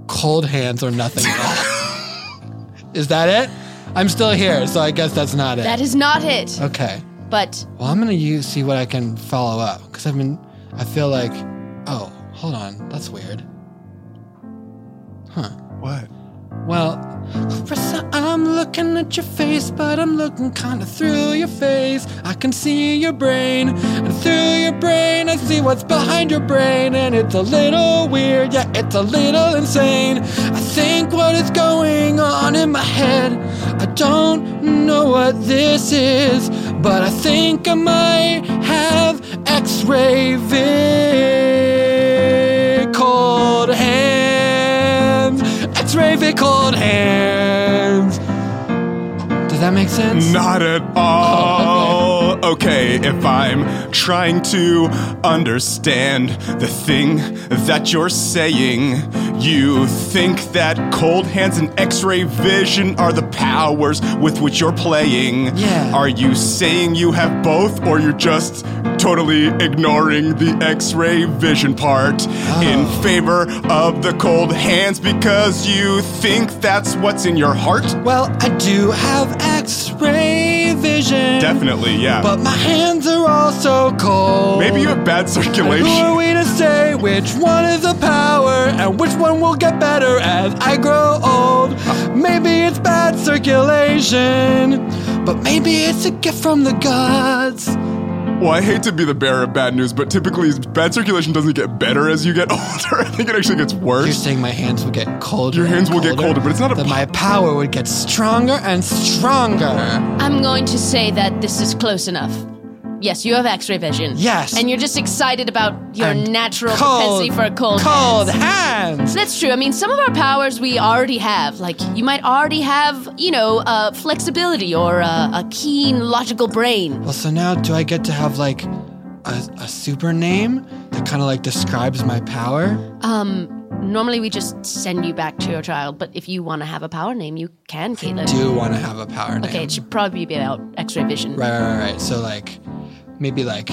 cold hands or nothing at all. is that it? I'm still here, so I guess that's not it.
That is not it.
Okay.
But
Well, I'm gonna use see what I can follow up because I've been. I feel like, oh, hold on, that's weird. Huh?
What?
Well, Professor, I'm looking at your face, but I'm looking kind of through your face. I can see your brain, and through your brain, I see what's behind your brain, and it's a little weird, yeah, it's a little insane. I think what is going on in my head. I don't know what this is, but I think I might have X-ray vid cold hands. X-ray vid cold hands. Does that make sense?
Not at all. okay. if I'm trying to understand the thing that you're saying, you think that cold hands and x ray vision are the powers with which you're playing.
Yeah.
Are you saying you have both, or you're just totally ignoring the x ray vision part
Oh.
in favor of the cold hands because you think that's what's in your heart?
Well, I do have X-ray vision.
Definitely, yeah.
But my hands are also cold.
Maybe you have bad
And who
circulation.
are we to say which one is the power and which one will get better as I grow old? Maybe it's bad circulation, but maybe it's a gift from the gods.
Well, I hate to be the bearer of bad news, but typically bad circulation doesn't get better as you get older. I think it actually gets worse. You're
saying my hands will get colder.
Your hands will get colder, but it's not a.
That my power would get stronger and stronger.
I'm going to say that this is close enough. Yes, you have x ray vision.
Yes.
And you're just excited about your
And
natural
cold-
propensity for cold
cold hands.
That's true. I mean, some of our powers we already have. Like, you might already have, you know, uh, flexibility or uh, a keen logical brain.
Well, so now do I get to have like a, a super name that kind of like describes my power?
Um, normally we just send you back to your child, but if you want to have a power name, you can, Caitlin.
Do want to have a power name?
Okay, it should probably be about x ray vision.
Right, right, right, right. So like, maybe like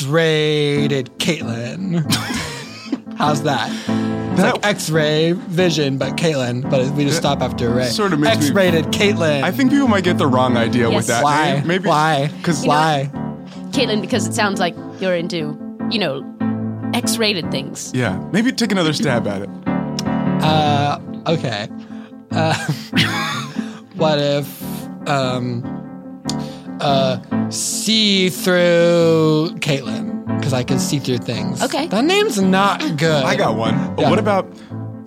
X-rated Caitlin. How's that? It's like X-ray vision, but Caitlin. But we just stop after Ray.
Sort of makes me-
X-rated Caitlin.
I think people might get the wrong idea with
Yes.
that.
Why?
name. Maybe
Why?
Because
You know Why? Caitlin, because it sounds like you're into, you know, x rated things.
Yeah, maybe take another stab at it.
Uh, okay. Uh, what if um, uh, see through Caitlin? Because I can see through things. Okay. That name's not good.
I got one.
Yeah.
What about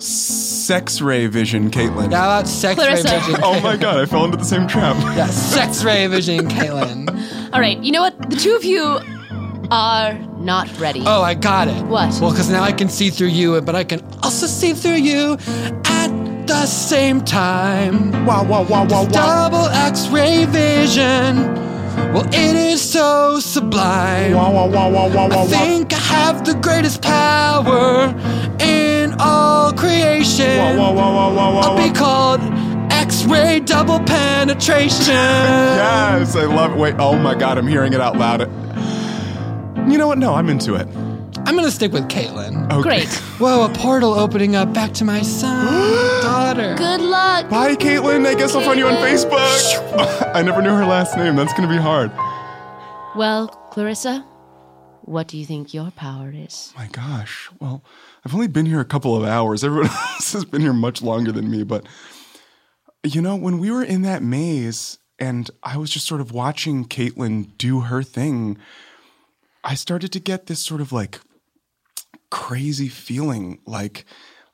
sex ray vision, Caitlin?
How about sex ray
Clarissa.
vision?
oh my god, I fell into the same trap.
Yeah, sex ray vision, Caitlin.
All right, you know what? The two of you are not ready.
Oh, I got it.
What?
Well, because now I can see through you, but I can also see through you at the same time.
Wow, wow, wow, wow, wow.
Double X ray vision. Well, it is so sublime.
Wow, wow, wow, wow, wow, wow,
I think I have the greatest power in all creation.
Wow, wow, wow, wow, wow, wow,
I'll be
wow.
called X ray double penetration.
yes, I love it. Wait, oh my god, I'm hearing it out loud. You know what? No, I'm into it.
I'm gonna stick with Caitlin.
Okay.
Great.
Whoa, a portal opening up back to my son, daughter.
Good luck.
Bye, Caitlin. I guess I'll find you on Facebook. I never knew her last name. That's going to be hard. Oh
Well, Clarissa, what do you think your power is?
My gosh. Well, I've only been here a couple of hours. Everyone else has been here much longer than me. But, you know, when we were in that maze and I was just sort of watching Caitlin do her thing, I started to get this sort of like crazy feeling like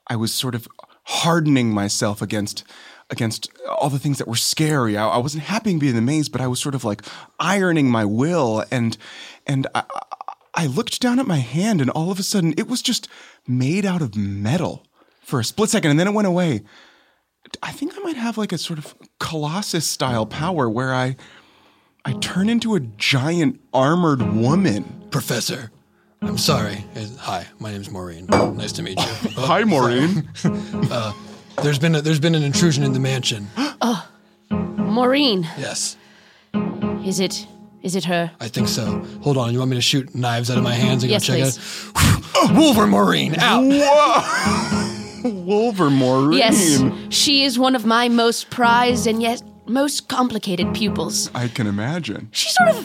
I was sort of hardening myself against against all the things that were scary. I, I wasn't happy being in the maze, but I was sort of like ironing my will and and I, I- I looked down at my hand and all of a sudden it was just made out of metal for a split second and then it went away. I think I might have like a sort of colossus style power where I I turn into a giant armored woman.
Professor, I'm sorry. Uh, Hi, my name's Maureen. Nice to meet you. Hi,
Maureen.
uh, there's been a, there's been an intrusion in the mansion.
Oh, Maureen.
Yes,
Is it? Is it her?
I think so. Hold on. You want me to shoot knives out of my hands and
Yes,
go check
please.
out? Wolver Maureen out.
Wolvermoreen.
Yes, she is one of my most prized and yet most complicated pupils.
I can imagine.
She sort of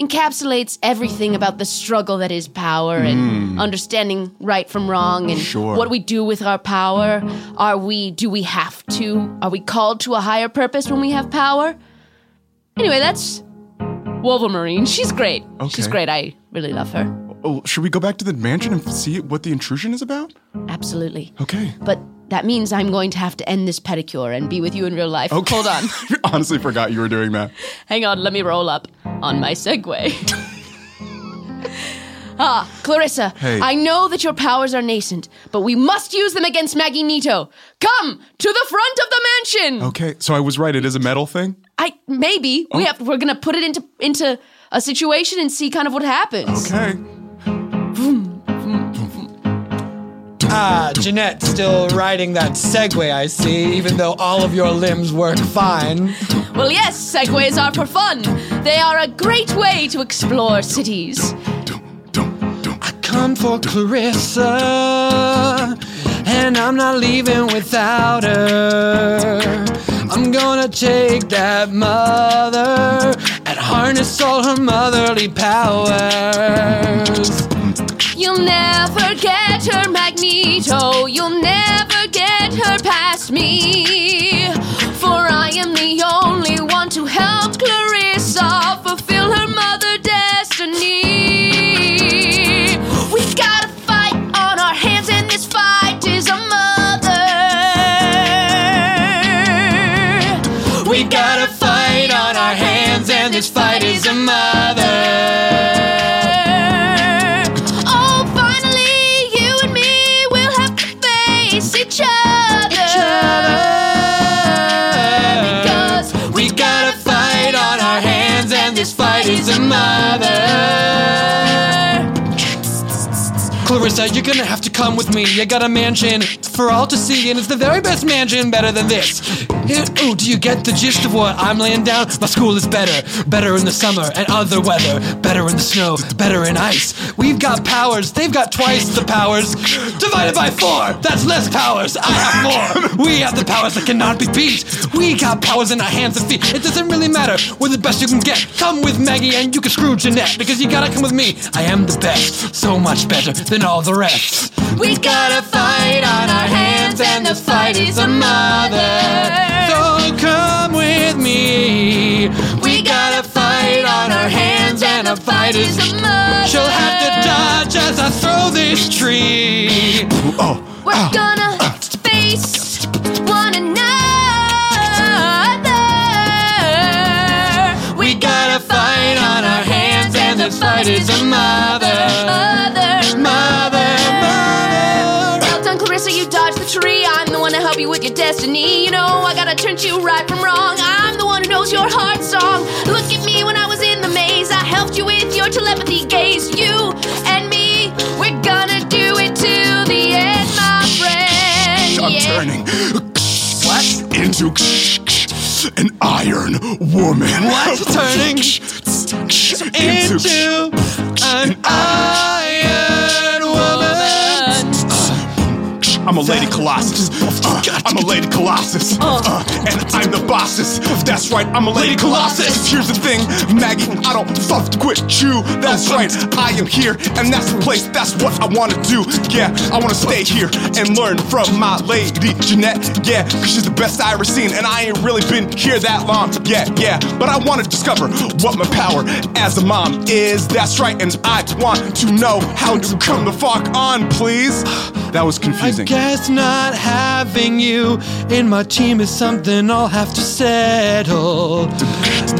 encapsulates everything about the struggle that is power and
Mm.
understanding right from wrong and
Sure.
what we do with our power. Are we, do we have to? Are we called to a higher purpose when we have power? Anyway, that's Wolverine. She's great. She's
Okay.
great. I really love her.
Oh, should we go back to the mansion and see what the intrusion is about?
Absolutely.
Okay.
But that means I'm going to have to end this pedicure and be with you in real life.
Okay.
Hold on.
Honestly, forgot you were doing that.
Hang on, let me roll up on my Segway. ah, Clarissa,
Hey.
I know that your powers are nascent, but we must use them against Maggie Nito. Come to the front of the mansion.
Okay, so I was right. It is a metal thing.
I maybe
Oh.
we have we're gonna put it into into a situation and see kind of what happens.
Okay.
Ah, Jeanette still riding that Segway. I see. Even though all of your limbs work fine.
Well, yes, segways are for fun. They are a great way to explore cities.
Come for Clarissa, and I'm not leaving without her. I'm gonna take that mother and harness all her motherly powers.
You'll never get her Magneto. You'll never get her past me. For I am the only one to help Clarissa fulfill her mother destiny. We got a fight on our hands, and this fight is a mother.
We got a fight on our hands, and this fight is a
mother. Oh, finally, you and me will have to face each other. Because
We got a fight on our hands, and this fight is a mother. Clarissa, you're gonna have to come with me. You got a mansion for all to see, and it's the very best mansion, better than this. Here- Ooh, do you get the gist of what I'm laying down? My school is better, better in the summer and other weather, better in the snow, better in ice. We've got powers, they've got twice the powers. Divided by four, that's less powers. I have more. We have the powers that cannot be beat. We got powers in our hands and feet. It doesn't really matter. We're the best you can get. Come with Maggie and you can screw Jeanette because you gotta come with me. I am the best, so much better than all the rest.
we got a fight on our hands, and the fight is a mother.
So come with me. We got a fight on our hands and a fight is a
mother.
She'll have to dodge as I throw this tree.
Oh,
We're
Ah.
gonna face one another. We got a fight on our hands, and the fight is a mother. Mother, mother, mother. Well done, Clarissa, you dodged the tree. I'm the one to help you with your destiny. You know, I gotta turn you right from wrong. I'm the one who knows your heart song. Look at me when I was in the maze. I helped you with your telepathy gaze. You and me, we're gonna do it till the end, my friend.
I'm
yeah.
turning.
What?
Into an iron woman.
What? Turning into an iron
I'm a lady colossus. Uh, I'm a lady colossus. Uh, and I'm the bossest. That's right, I'm a lady colossus. Here's the thing, Maggie, I don't fuck quit you. That's right, I am here, and that's the place. That's what I wanna do. Yeah, I wanna stay here and learn from my lady Jeanette. Yeah, cause she's the best I ever seen, and I ain't really been here that long. Yeah, yeah, but I wanna discover what my power as a mom is. That's right, and I want to know how to come the fuck on, please. That was confusing.
Guess not having you in my team is something I'll have to settle.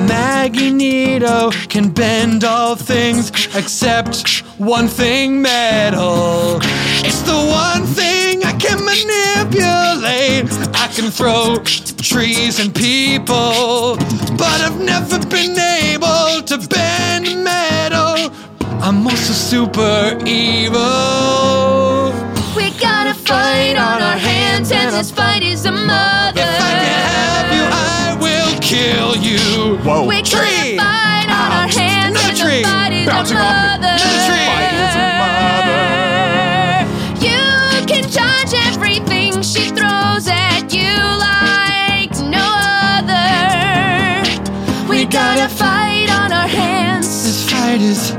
Maggie Nito can bend all things except one thing metal. It's the one thing I can manipulate. I can throw trees and people, but I've never been able to bend metal. I'm also super evil.
We got a fight on our hands, and this fight is a mother.
I will kill you.
Whoa.
We got a
Tree.
fight on our hands, and this fight is a
Bouncing off me.
mother.
Tree.
You can dodge everything she throws at you like no other. We got a fight on our hands.
This fight is.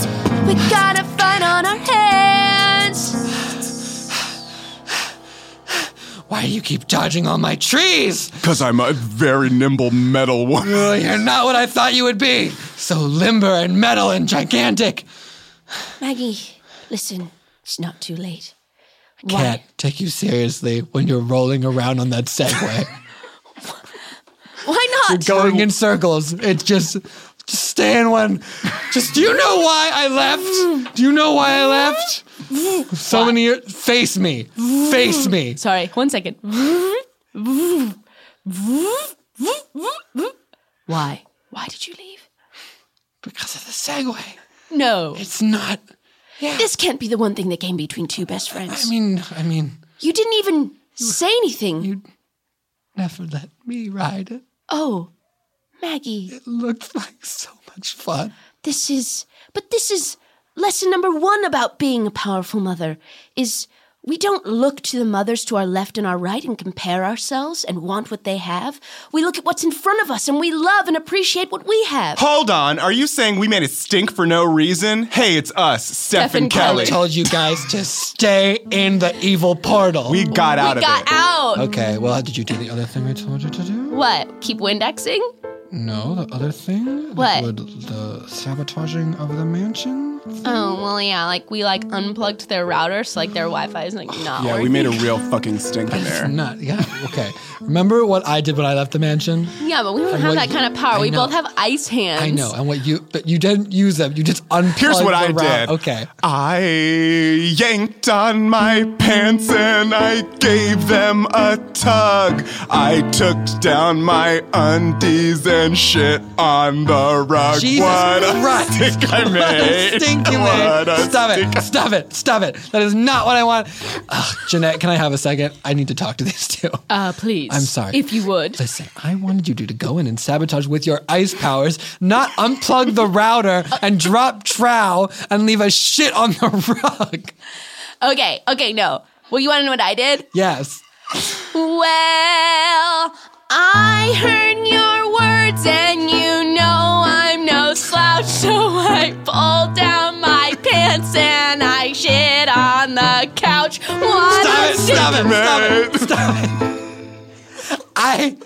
We got a fight on our hands.
Why do you keep dodging all my trees?
Because I'm a very nimble metal woman.
Oh, you're not what I thought you would be. So limber and metal and gigantic.
Maggie, listen, it's not too late. Why?
Can't take you seriously when you're rolling around on that Segway.
Why
you're
not?
going in circles. It's just, just stay in one. Just, do you know why I left? Do you know why I left? So many years. Face me. Face me.
Sorry, one second.
Why? Why did you leave?
Because of the Segway.
No.
It's not.
This can't be the one thing that came between two best friends.
I mean, I mean,
You didn't even say anything. You
never let me ride it.
Oh, Maggie. It
looked like so much fun.
This is. But this is lesson number one about being a powerful mother is we don't look to the mothers to our left and our right and compare ourselves and want what they have. We look at what's in front of us and we love and appreciate what we have.
Hold on, are you saying we made it stink for no reason? Hey, it's us, Steph, and Kelly.
I told you guys to stay in the evil portal. We
got
We out of got it. out.
Okay, well, did you do the other thing I told you to do?
What? Keep Windexing?
No, the other thing?
What?
Would the sabotaging of the mansion?
Oh well, yeah. Like we like unplugged their router, so like their Wi-Fi is like
Yeah,
not.
we
working.
made a real fucking stink in
It's
there.
not, yeah, okay. Remember what I did when I left the mansion?
Yeah, but we don't
And
have
what
that
you-
kind of power.
I
We
know.
both have ice hands.
I know, and what you, but you didn't use them. You just unplugged
Here's what
the
I
route.
did.
Okay.
I yanked on my pants and I gave them a tug. I took down my undies and shit on the rug.
Jesus
what
Christ.
a stink I made.
What a stink you
What
made.
a
Stop it. Stop it. Stop it. That is not what I want. Ugh, Jeanette, can I have a second? I need to talk to these two.
Uh, please.
I'm sorry.
If you would.
Listen, I wanted you two to go in and sabotage with your ice powers, not unplug the router and drop trow and leave a shit on the rug.
Okay. Okay. No. Well, you want to know what I did?
Yes.
Well, I heard your words, and you know I'm no slouch, so I pulled down my pants and I shit on the couch. What
Stop
a
it. Stop
dick-
it. Stop it. Stop it. I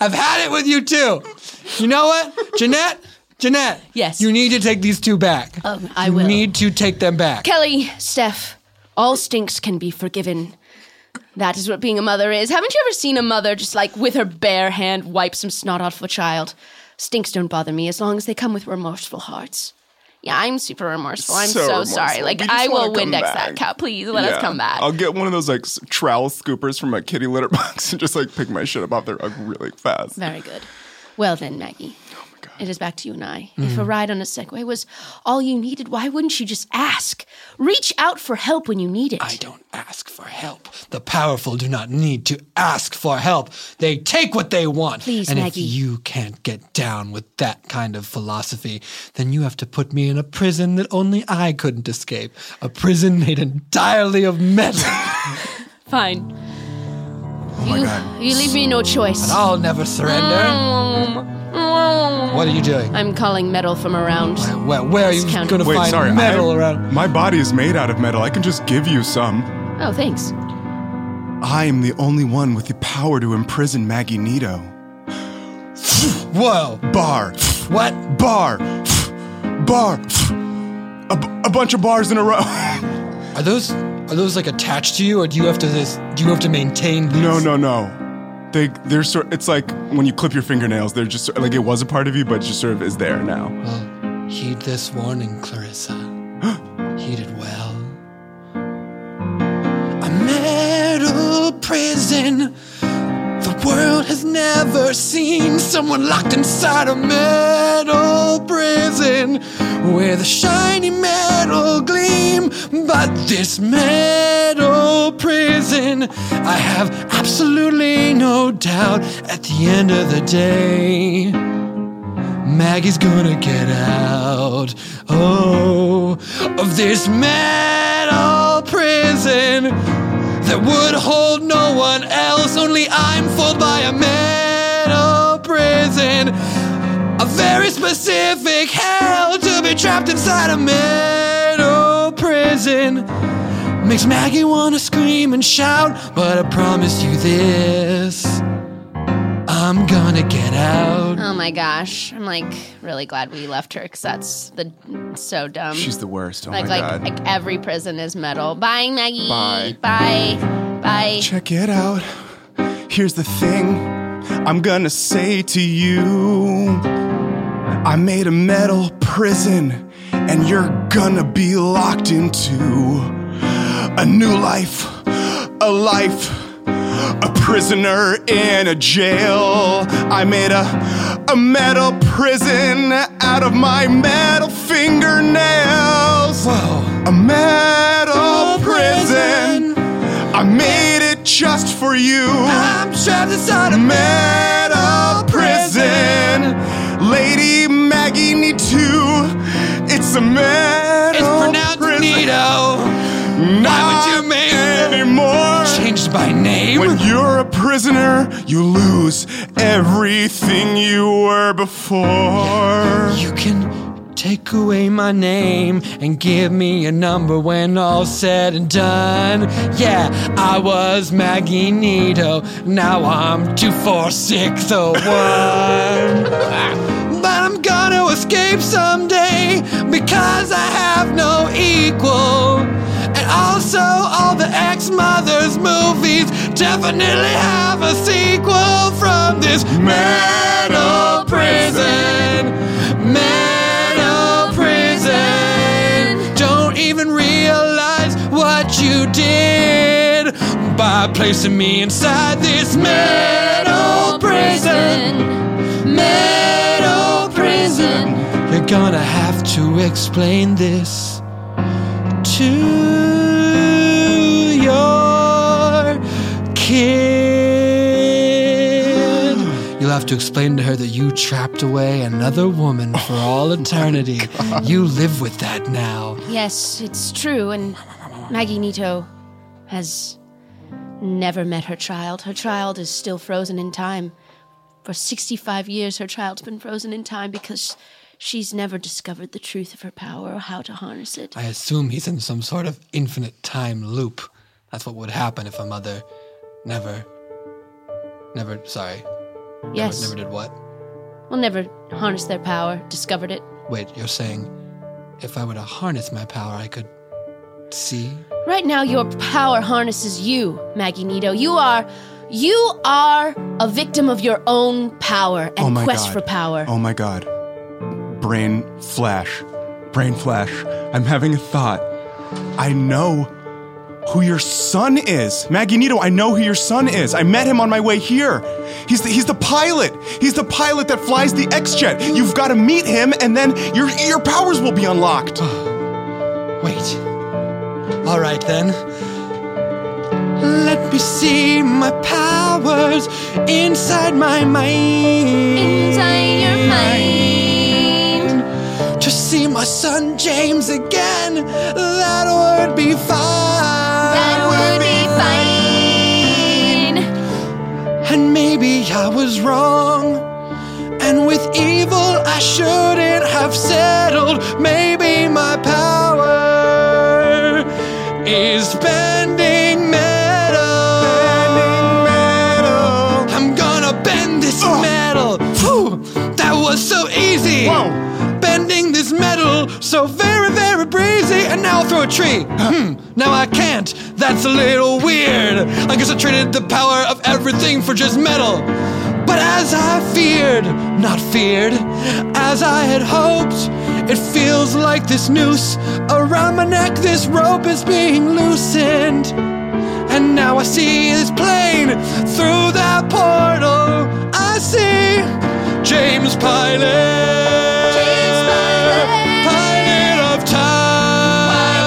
have had it with you two. You know what? Jeanette, Jeanette. Yes. You need to take these two back.
Um, I
you
will.
need to take them back.
Kelly, Steph, all stinks can be forgiven.
That is what being a mother is. Haven't you ever seen a mother just like with her bare hand wipe some snot off a child?
Stinks don't bother me as long as they come with remorseful hearts.
Yeah, I'm super remorseful. I'm
So
so, sorry.
remorseful.
Like
We just
I will
wanna come
Windex
back.
that cat. Please let us
Yeah.
come back.
I'll get one of those like s- trowel scoopers from a kitty litter box and just like pick my shit up off the rug really fast.
Very good. Well then, Maggie. It is back to you and I. If a
Mm.
ride on a Segway was all you needed, why wouldn't you just ask? Reach out for help when you need it. I
don't ask for help. The powerful do not need to ask for help. They take what they want.
Please,
and
Maggie.
if you can't get down with that kind of philosophy, then you have to put me in a prison that only I couldn't escape. A prison made entirely of metal.
Fine.
my
you,
God.
you leave me no choice.
And I'll never surrender. What are you doing?
I'm calling metal from around.
Where, where are you
this county.
going to find metal
I'm-
around?
My body is made out of metal. I can just give you some.
Oh, thanks.
I am the only one with the power to imprison Maggie Nito.
Whoa!
Bar.
What?
Bar. Bar. A, b- a bunch of bars in a row.
Are those are those like attached to you, or do you have to this? Do you have to maintain? These?
No, no, no. They, they're sort. It's like when you clip your fingernails. They're just sort- like it was a part of you, but it just sort of is there now.
Well, heed this warning, Clarissa. heed it well. A metal prison. The world has never seen someone locked inside a metal prison with a shiny metal gleam. But this metal prison, I have absolutely no doubt at the end of the day. Maggie's gonna get out. Oh, of this metal prison that would hold no one else. Only I'm fooled by a metal prison. A very specific hell to be trapped inside a metal prison. Makes Maggie wanna scream and shout, but I promise you this I'm gonna get out.
Oh my gosh. I'm like really glad we left her because that's the so dumb.
She's the worst. Oh
like,
my
like,
god.
like every prison is metal. Bye, Maggie.
Bye.
Bye. Bye.
Check it out. Here's the thing I'm gonna say to you I made a metal prison, and you're gonna be locked into a new life, a life, a prisoner in a jail. I made a, a metal prison out of my metal fingernails.
Oh.
A metal prison. I made it just for you. I'm trapped inside a metal prison. Lady Maggie need to. It's a metal. It's pronounced Oh, prison. Not Why would you make anymore?
Changed by name.
When you're a prisoner, you lose everything you were before.
You can take away my name and give me your number when all said and done. Yeah, I was Maggie Nito. Now I'm 246001. but I'm gonna escape someday because I have no equal. And also, all the ex mothers movies definitely have a sequel from this metal prison. Metal prison. Don't even realize what you did by placing me inside this metal prison. Metal prison. You're gonna have to explain this to your kid. You'll have to explain to her that you trapped away another woman for all eternity. You live with that now.
Yes, it's true. And Maggie Nito has never met her child. Her child is still frozen in time. For 65 years, her child's been frozen in time because she's never discovered the truth of her power or how to harness it.
I assume he's in some sort of infinite time loop. That's what would happen if a mother never. Never, sorry. Never-
Yes.
Never, did what?
Will never harness their power, discovered it.
Wait, you're saying if I were to harness my power, I could see?
Right now, your power harnesses you, Maggie Nito. You are. You are a victim of your own power and
Oh my
quest
God.
for power.
Oh my god. Brain flash. Brain flash. I'm having a thought. I know who your son is. Maggie Nito, I know who your son is. I met him on my way here. He's the, he's the pilot. He's the pilot that flies the X-Jet. You've got to meet him and then your your powers will be unlocked.
Wait. All right then. Let me see my powers inside my mind. Inside your mind. To see my son James again, that would be fine. That would be fine. bending metal. Bending metal. Oh. I'm gonna bend this metal. Phew, that was so easy. Whoa. Bending this metal so very, very breezy. And now I'll throw a tree. Hmm, now I can't. That's a little weird. I guess I traded the power of everything for just metal. But as I feared, not feared, as I had hoped, it feels like this noose around my neck, this rope is being loosened. And now I see this plane through that portal. I see James Pilot. James Pilot. Pilot of time.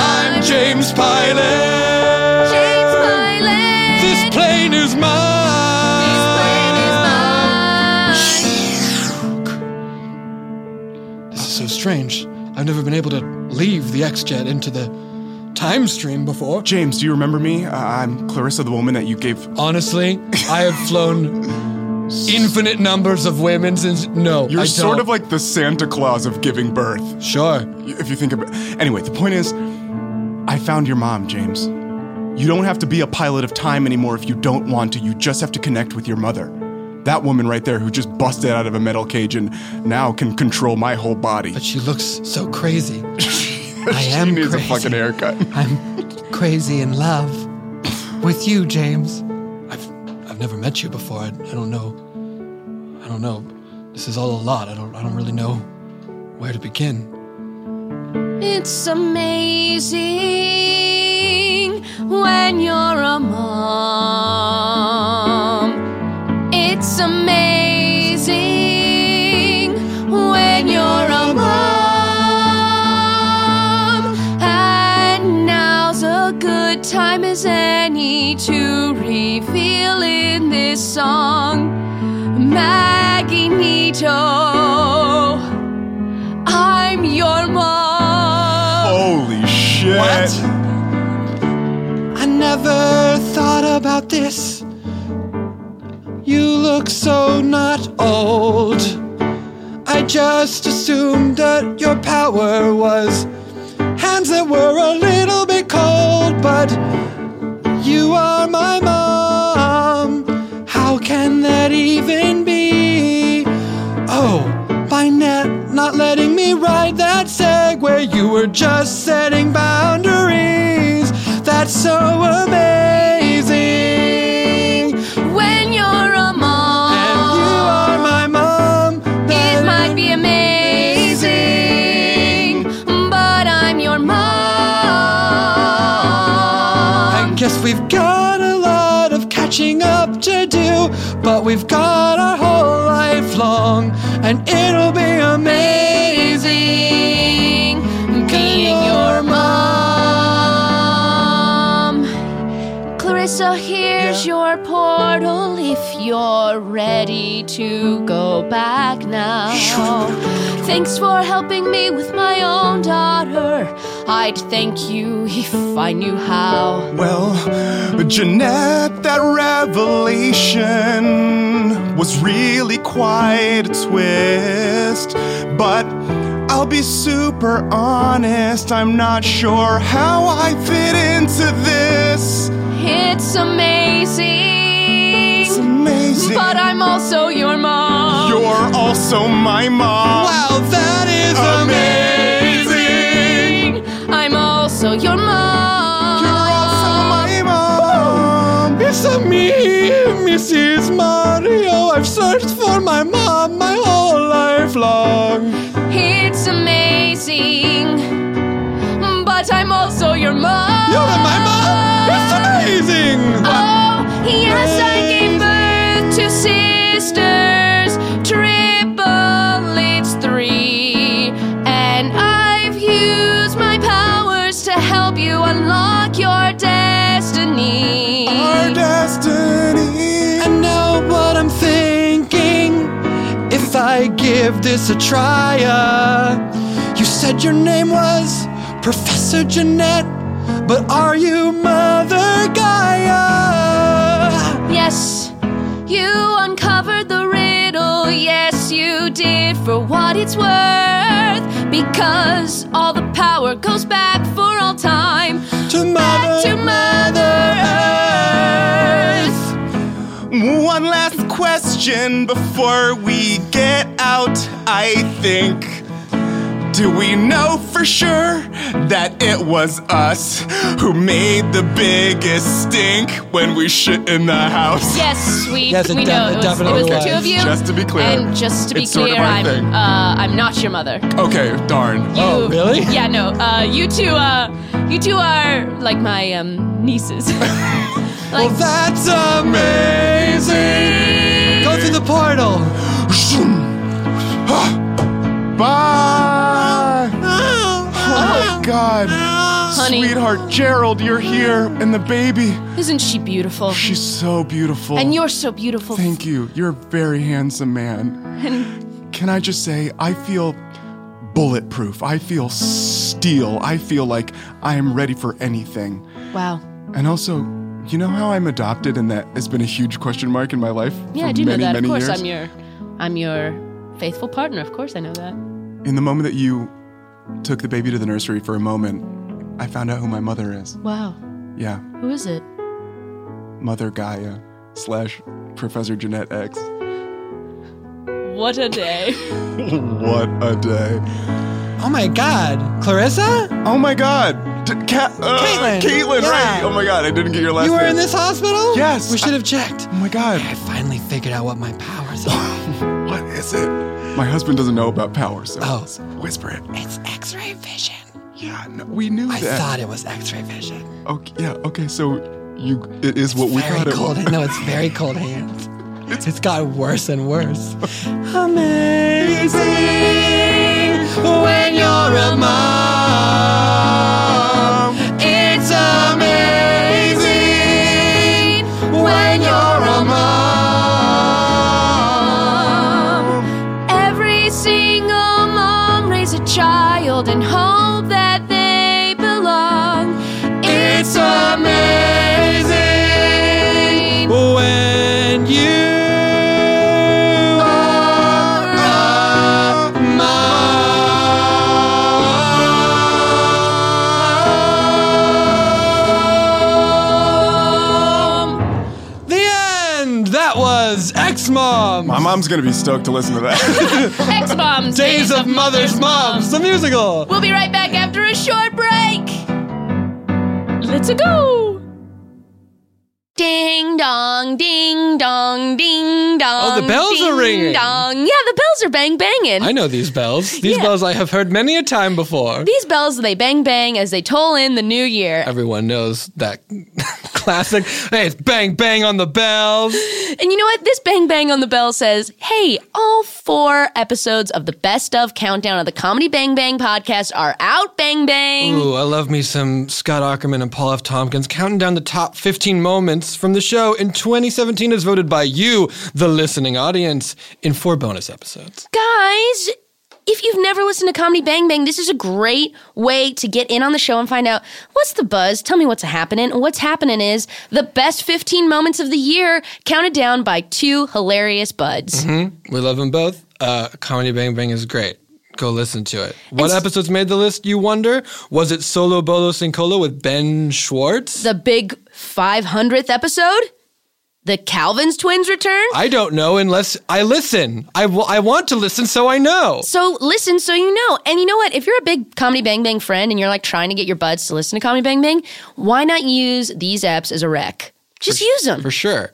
I'm James Pilot. James Pilot. This plane is mine. This plane is mine. This is so strange. I've never been able to leave the X Jet into the time stream before.
James, do you remember me? Uh, I'm Clarissa, the woman that you gave.
Honestly, I have flown infinite numbers of women since. No,
You're
I
sort
don't.
of like the Santa Claus of giving birth.
Sure.
If you think about Anyway, the point is, I found your mom, James. You don't have to be a pilot of time anymore if you don't want to. You just have to connect with your mother. That woman right there who just busted out of a metal cage and now can control my whole body. But
she looks so crazy. I am
she needs
crazy.
a fucking haircut.
I'm crazy in love with you, James. I've I've never met you before. I, I don't know. I don't know. This is all a lot. I don't I don't really know where to begin.
It's amazing when you're a mom. It's amazing when you're a mom. And now's a good time as any to reveal in this song Maggie Nito. I'm your mom.
Holy shit.
I never thought about this. You look so not old. I just assumed that your power was hands that were a little bit cold, but you are my mom. How can that even be? Oh, by net not letting me ride that segue, you were just setting boundaries. That's so amazing.
When you're a mom,
and you are my mom,
It might be amazing, but I'm your mom.
I guess we've got a lot of catching up to do, but we've got our whole life long, and it'll be amazing
being your mom. Clarissa, here's your portal if you're ready to go back now. Thanks for helping me with my own daughter. I'd thank you if I knew how.
Well, Jeanette, that revelation was really quite a twist. But I'll be super honest, I'm not sure how I fit into this.
It's amazing. It's
amazing.
But I'm also your mom.
You're also my mom.
Wow, that is
amazing.
I'm also your mom. You're also
my mom.
It's a me, Mrs. Mario. I've searched for my mom my whole life long.
It's amazing. But I'm also your mom.
You're my mom. It's amazing.
Oh, yes, I gave birth to sisters. Triplets three. And I've used my powers to help you unlock your destiny.
Our destiny.
I know what I'm thinking. If I give this a try, uh, you said your name was Professor Jeanette, but are you Mother Gaia?
Yes, you uncovered the riddle. Yes, you you did for what it's worth. Because all the power goes back for all time
To
back to Mother Earth.
One last question before we get out, I think. Do we know for sure that it was us who made the biggest stink when we shit in the house?
Yes, we,
Yes, it
we
def-
know.
it
It was,
definitely
it was the
was.
two of you.
Just to be clear,
And just to be
it's
clear,
sort of my
I'm,
thing.
Uh, I'm not your mother.
Okay, darn.
oh, really? Yeah, no. Uh, you two, uh, you two are like my um, nieces.
well, that's amazing. Go through the portal.
Bye! Oh, God.
oh.
Sweetheart Gerald, you're here, and the baby.
Isn't she beautiful?
She's so beautiful.
and you're so beautiful.
Thank you. You're a very handsome man.
And
Can I just say, I feel bulletproof. I feel steel. I feel like I am ready for anything.
wow.
And also, you know how I'm adopted, and that has been a huge question mark in my life.
Yeah,
for
I do
many,
know that. Of
Many
course,
years.
I'm your, I'm your faithful partner. Of course, I know that.
In the moment that you took the baby to the nursery for a moment, I found out who my mother is.
Wow.
Yeah,
Who is it?
Mother Gaia slash Professor Jeanette X.
What a day.
what a day.
Oh my God, Clarissa?
Oh my God, D- Ca- uh,
Caitlin.
Caitlin,
Yeah.
right? Oh my God, I didn't get your last.
You were
name.
in this hospital?
Yes.
We should have checked.
Oh my God.
I finally figured out what my powers are.
what is it? My husband doesn't know about power, so
Oh.
whisper it.
It's X ray vision.
Yeah, no, we knew
I
that.
thought it was X ray vision.
Okay, yeah. Okay, so you, it is what we
Very
thought
cold.
it
I
was.
know it's very cold hands. it's gotten worse and worse.
Amazing when you're a mom. It's amazing when you're a mom.
Every single mom raise a child and hope that they belong. It's amazing.
When you
are a mom.
The end! That was X Mom!
My mom's gonna be stoked to listen to that.
X Moms.
Days of Mother's Moms, the musical!
We'll be right back after a short break. Let's go.
Ding dong, ding dong, ding dong.
the bells are
ding
ringing.
Dong. Yeah, the bells are bang banging.
I know these bells. These
Yeah.
bells I have heard many a time before.
These bells, they bang bang as they toll in the new year.
Everyone knows that classic. Hey, it's bang bang on the bells.
And you know what? This Bang Bang on the Bell says, hey, all four episodes of the best of countdown of the Comedy Bang Bang podcast are out, Bang Bang.
Ooh, I love me some Scott Ackerman and Paul F. Tompkins counting down the top 15 moments from the show in 2017 as voted by you, the listening audience, in four bonus episodes.
Guys, if you've never listened to Comedy Bang Bang, this is a great way to get in on the show and find out what's the buzz. Tell me what's happening. And What's happening is the best 15 moments of the year counted down by two hilarious buds.
hmm We love them both. Uh, Comedy Bang Bang is great. Go listen to it. What episodes made the list, you wonder? Was it Solo Bolo Sincolo with Ben Schwartz?
The big 500th episode, the Calvin's twins return.
I don't know unless I listen. I wa- I want to listen so I know.
So listen, so you know. And you know what? If you're a big Comedy Bang Bang friend and you're like trying to get your buds to listen to Comedy Bang Bang, why not use these apps as a rec? Just use them.
For sure.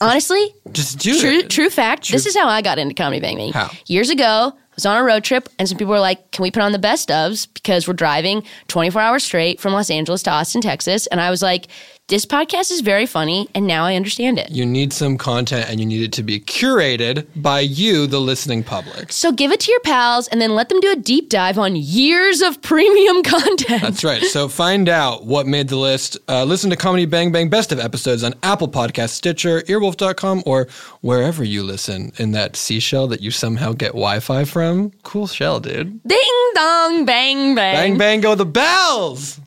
Honestly,
Just do
true,
it.
True fact. This is how I got into Comedy Bang Bang. How? Years ago, I was on a road trip, and some people were like, "Can we put on the best ofs?" Because we're driving 24 hours straight from Los Angeles to Austin, Texas. And I was like, "This podcast is very funny," and now I understand it.
You need some content and you need it to be curated by you, the listening public.
So give it to your pals, and then let them do a deep dive on years of premium content.
That's right. So find out what made the list. Uh, listen to Comedy Bang Bang Best of episodes on Apple Podcasts, Stitcher, earwolf.com, or wherever you listen in that seashell that you somehow get Wi Fi from. Cool shell, dude.
Ding dong, bang bang.
Bang, bang, go the bells!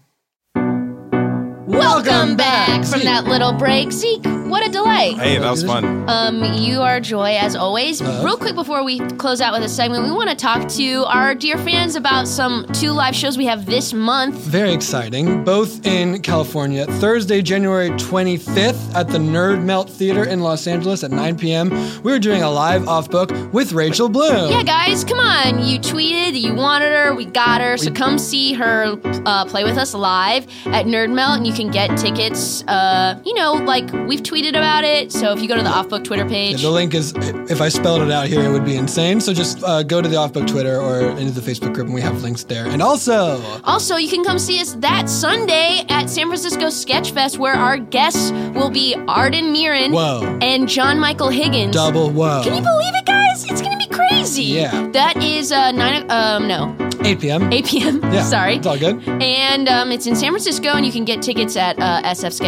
Welcome back from that little break. Zeke, what a delay.
Hey, that was fun.
Um, you are joy as always.
Uh-huh.
Real quick before we close out with this segment, we want to talk to our dear fans about some two live shows we have this month.
Very exciting. Both in California. Thursday, January 25th at the Nerd Melt Theater in Los Angeles at 9 p.m. We're doing a live off book with Rachel Bloom.
Yeah, guys, come on. You tweeted, you wanted her, we got her. So come see her uh, play with us live at Nerd Melt, and you can get tickets. Uh, you know, like we've tweeted about it. So if you go to the Off Book Twitter
Yeah,
page,
The link is, if I spelled it out here, it would be insane. So just uh, go to the off book Twitter or into the Facebook group, and we have links there. And also,
Also, you can come see us that Sunday at San Francisco Sketchfest, where our guests will be Arden Mirren
Whoa.
and John Michael Higgins.
double whoa.
Can you believe it, guys? It's gonna be crazy.
Yeah.
That is uh, nine. o- Um, no,
8 p.m.
8 p.m.
Yeah,
Sorry.
It's all good.
And um, it's in San Francisco, and you can get tickets at uh,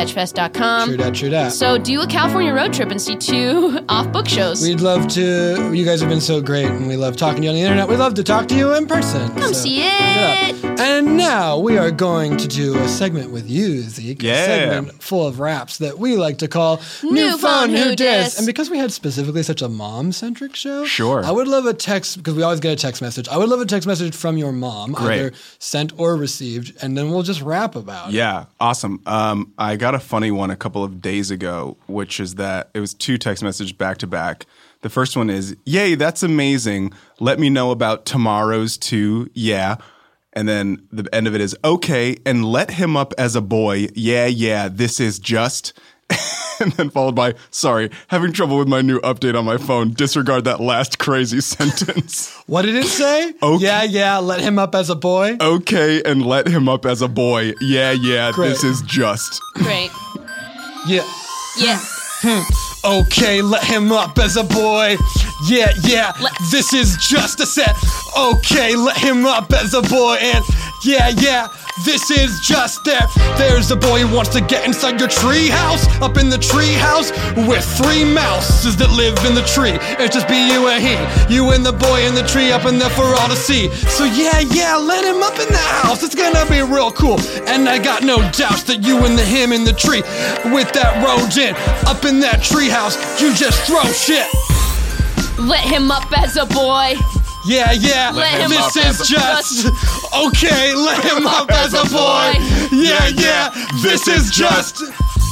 sfsketchfest.com.
True dat, true dat.
So do a California road trip and see two off-book shows.
We'd love to. You guys have been so great, and we love talking to you on the internet. We'd love to talk to you in person.
Come see it.
And now we are going to do a segment with you, Zeke.
Yeah.
A segment full of raps that we like to call
New Phone Who Dis?
And because we had specifically such a mom centric show,
Sure.
I would love a text because we always get a text message. I would love a text message from your mom,
Great.
either sent or received, and then we'll just rap about it.
Yeah, awesome. Um, I got a funny one a couple of days ago, which is that it was two text messages back to back. The first one is, "Yay, that's amazing! Let me know about tomorrow's too." Yeah, and then the end of it is, "Okay, and let him up as a boy." Yeah, yeah, this is just. And then followed by, sorry, having trouble with my new update on my phone. Disregard that last crazy sentence.
What did it say?
Okay.
Yeah, yeah. Let him up as a boy.
Okay, and let him up as a boy. Yeah, yeah,
Great.
this is just.
Great.
Yeah.
Yeah.
Hmm. Okay, let him up as a boy. Yeah, yeah, this is just a set. Okay, let him up as a boy. And yeah, yeah, this is just there. There's a boy who wants to get inside your treehouse. Up in the treehouse with three mouses that live in the tree. It's just be you and he. You and the boy in the tree up in there for all to see. So yeah, yeah, let him up in the house. It's gonna be real cool. And I got no doubts that you and the him in the tree with that rodent up in that treehouse, you just throw shit.
Let him up as a boy.
Yeah, yeah.
Let him
this
up as
is
a-
just okay. Let him up as a boy. Yeah, yeah. This is just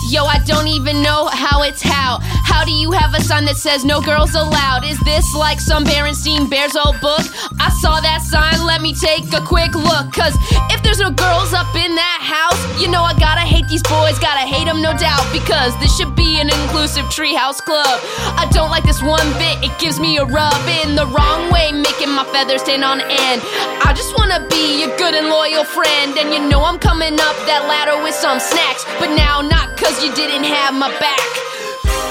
Yo, I don't even know how it's how. How do you have a sign that says no girls allowed? Is this like some Berenstein Bears old book? I saw that sign, let me take a quick look. Cause if there's no girls up in that house, you know I gotta hate these boys, gotta hate them no doubt. Because this should be an inclusive treehouse club. I don't like this one bit, it gives me a rub in the wrong way, making my feathers stand on end. I just wanna be your good and loyal friend, and you know I'm coming up that ladder with some snacks, but now not cause you didn't have my back.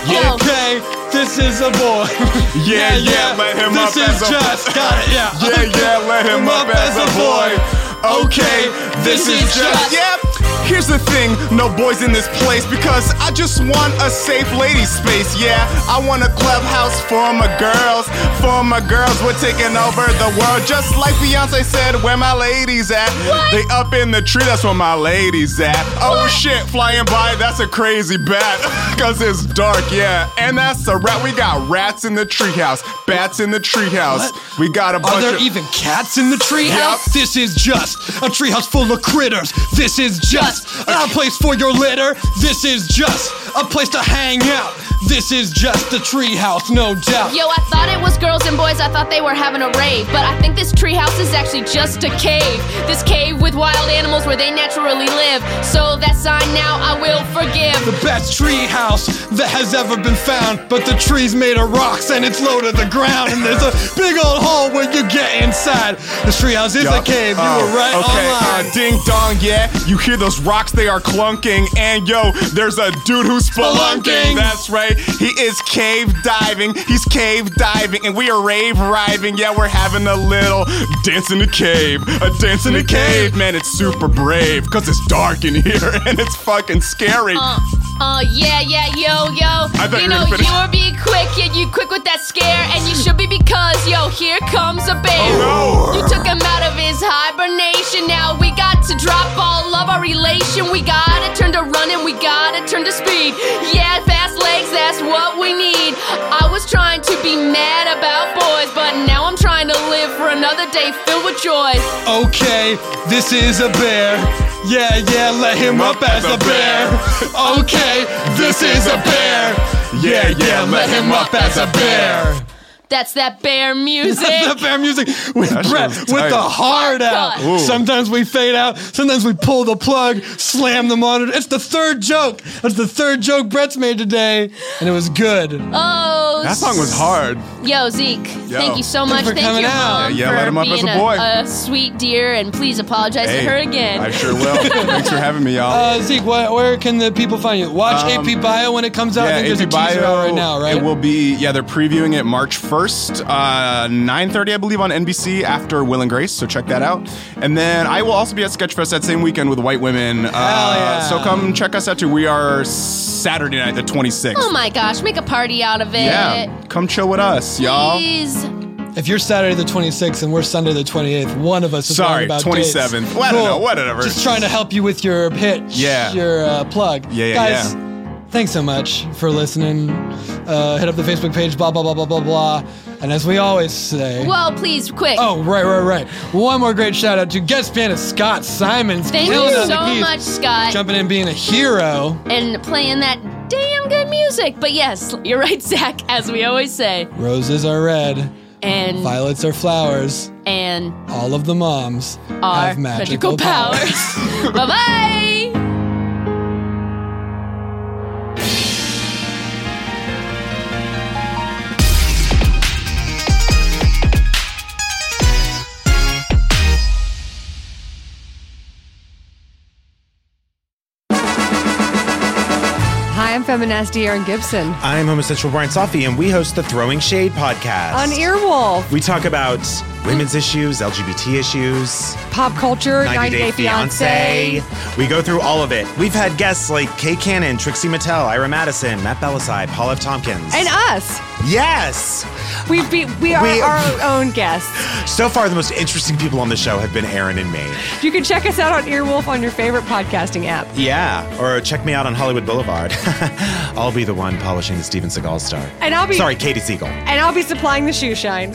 Yo.
okay. This is a boy.
Yeah, yeah, let him
this
up
is
as a-
just got it. Yeah.
Yeah, yeah, let him up as a boy. Okay, this is just. Yep. Here's the thing, no boys in this place because I just want a safe lady space. Yeah, I want a clubhouse for my girls. For my girls, we're taking over the world. Just like Beyonce said, where my ladies at? They up in the tree, that's where my ladies at. Oh shit, flying by, that's a crazy bat. Cause it's dark, yeah. And that's a rat. We got rats in the treehouse, bats in the treehouse. We got a bunch
Are there
of.
even cats in the treehouse? This is just a treehouse full of critters. This is just a place for your litter. This is just a place to hang out. This is just a treehouse, no doubt.
Yo, I thought it was girls and boys, I thought they were having a rave. But I think this treehouse is actually just a cave. This cave with wild animals where they naturally live. So that sign now I will forgive.
The best treehouse that has ever been found, but the tree's made of rocks and it's low to the ground, and there's a big old hole where you get inside. This treehouse is
Yeah.
a cave.
Oh,
you were right
okay.
online.
Uh, ding dong, yeah. You hear those rocks? They are clunking. And yo, there's a dude who's spelunking.
Spelunking.
That's right. He is cave diving. He's cave diving, and we are rave riving. Yeah, we're having a little dance in the cave. A dance in the cave, man. It's super brave because it's dark in here and it's fucking scary.
Uh, uh, yeah, yeah, yo, yo.
I thought
you
you were
know,
gonna finish.
you were being quick, and you quick with that scare, and you should be because, yo, here comes a bear.
Oh,
You took him out of his hibernation. Now we got to drop all of our relation. We gotta turn to running, we gotta turn to speed. Yeah, fast legs, that's what we need. I was trying to be mad about boys, but now I'm trying to live for another day filled with joy.
Okay, this is a bear. Yeah, yeah, let him up as a bear. Okay, this is a bear. Yeah, yeah, let him up as a bear.
That's that bear music.
the bear music with
That shit
Brett
was
with
tight.
the heart out.
Oh God. Ooh.
Sometimes we fade out. Sometimes we pull the plug, slam the monitor. It's the third joke. That's the third joke Brett's made today, and it was good.
Oh,
hard.
Yo, Zeke,
Yo.
thank you so
Thanks
much.
for
Thank
coming
you,
out.
Mom,
Yeah, yeah,
for
let him up as
being
a boy.
A, sweet dear, and please apologize
Hey,
to her again.
I sure will. Thanks for having me, y'all.
Uh, Zeke, wh- where can the people find you? Watch
Um,
AP Bio when it comes out. I think there's
AP
a teaser out right now, right?
It will be yeah. They're previewing it March first, uh, nine thirty, I believe, on NBC after Will and Grace. So check that out. And then I will also be at Sketchfest that same weekend with White Women. Uh, So come check us out too. We are Saturday night the twenty sixth.
Oh my gosh, make a party out of it.
yeah, come chill with us, y'all.
Please.
If you're Saturday the 26th and we're Sunday the 28th, one of us is
Sorry,
wrong about
27th.
Dates.
Well, I don't know, whatever.
Just trying to help you with your pitch,
Yeah.
your uh, plug.
Yeah, yeah,
Guys,
yeah.
thanks so much for listening. Uh, hit up the Facebook page, blah, blah, blah, blah, blah, blah. And as we always say...
Whoa, please, quick.
Oh, right, right, right. One more great shout out to guest pianist Scott Simons.
Thank
killing
you
it on the
so
keys,
much, Scott.
Jumping in, being a hero.
And playing that damn good music. But yes, you're right, Zach, as we always say.
Roses are red,
And
violets are flowers.
and
All of the moms
our
have magical, powers.
powers. bye bye.
Hi, I'm Feminasty Aaron Gibson
I'm homosexual Brian Safi, and we host the Throwing Shade podcast.
on Earwolf.
we talk about women's issues, LGBT issues,
Pop culture,
90 Day, Fiance. We go through all of it. We've had guests like Kay Cannon, Trixie Mattel, Ira Madison, Matt Belisai, Paul F. Tompkins.
and us.
yes!
We be, we are
We-
our own guests.
So far, the most interesting people on the show have been Aaron and me.
You can check us out on Earwolf on your favorite podcasting app.
Yeah, or check me out on Hollywood Boulevard. I'll be the one polishing the Steven Seagal star.
And I'll be-
Sorry, Katie Seagal.
And I'll be supplying the shoe shine.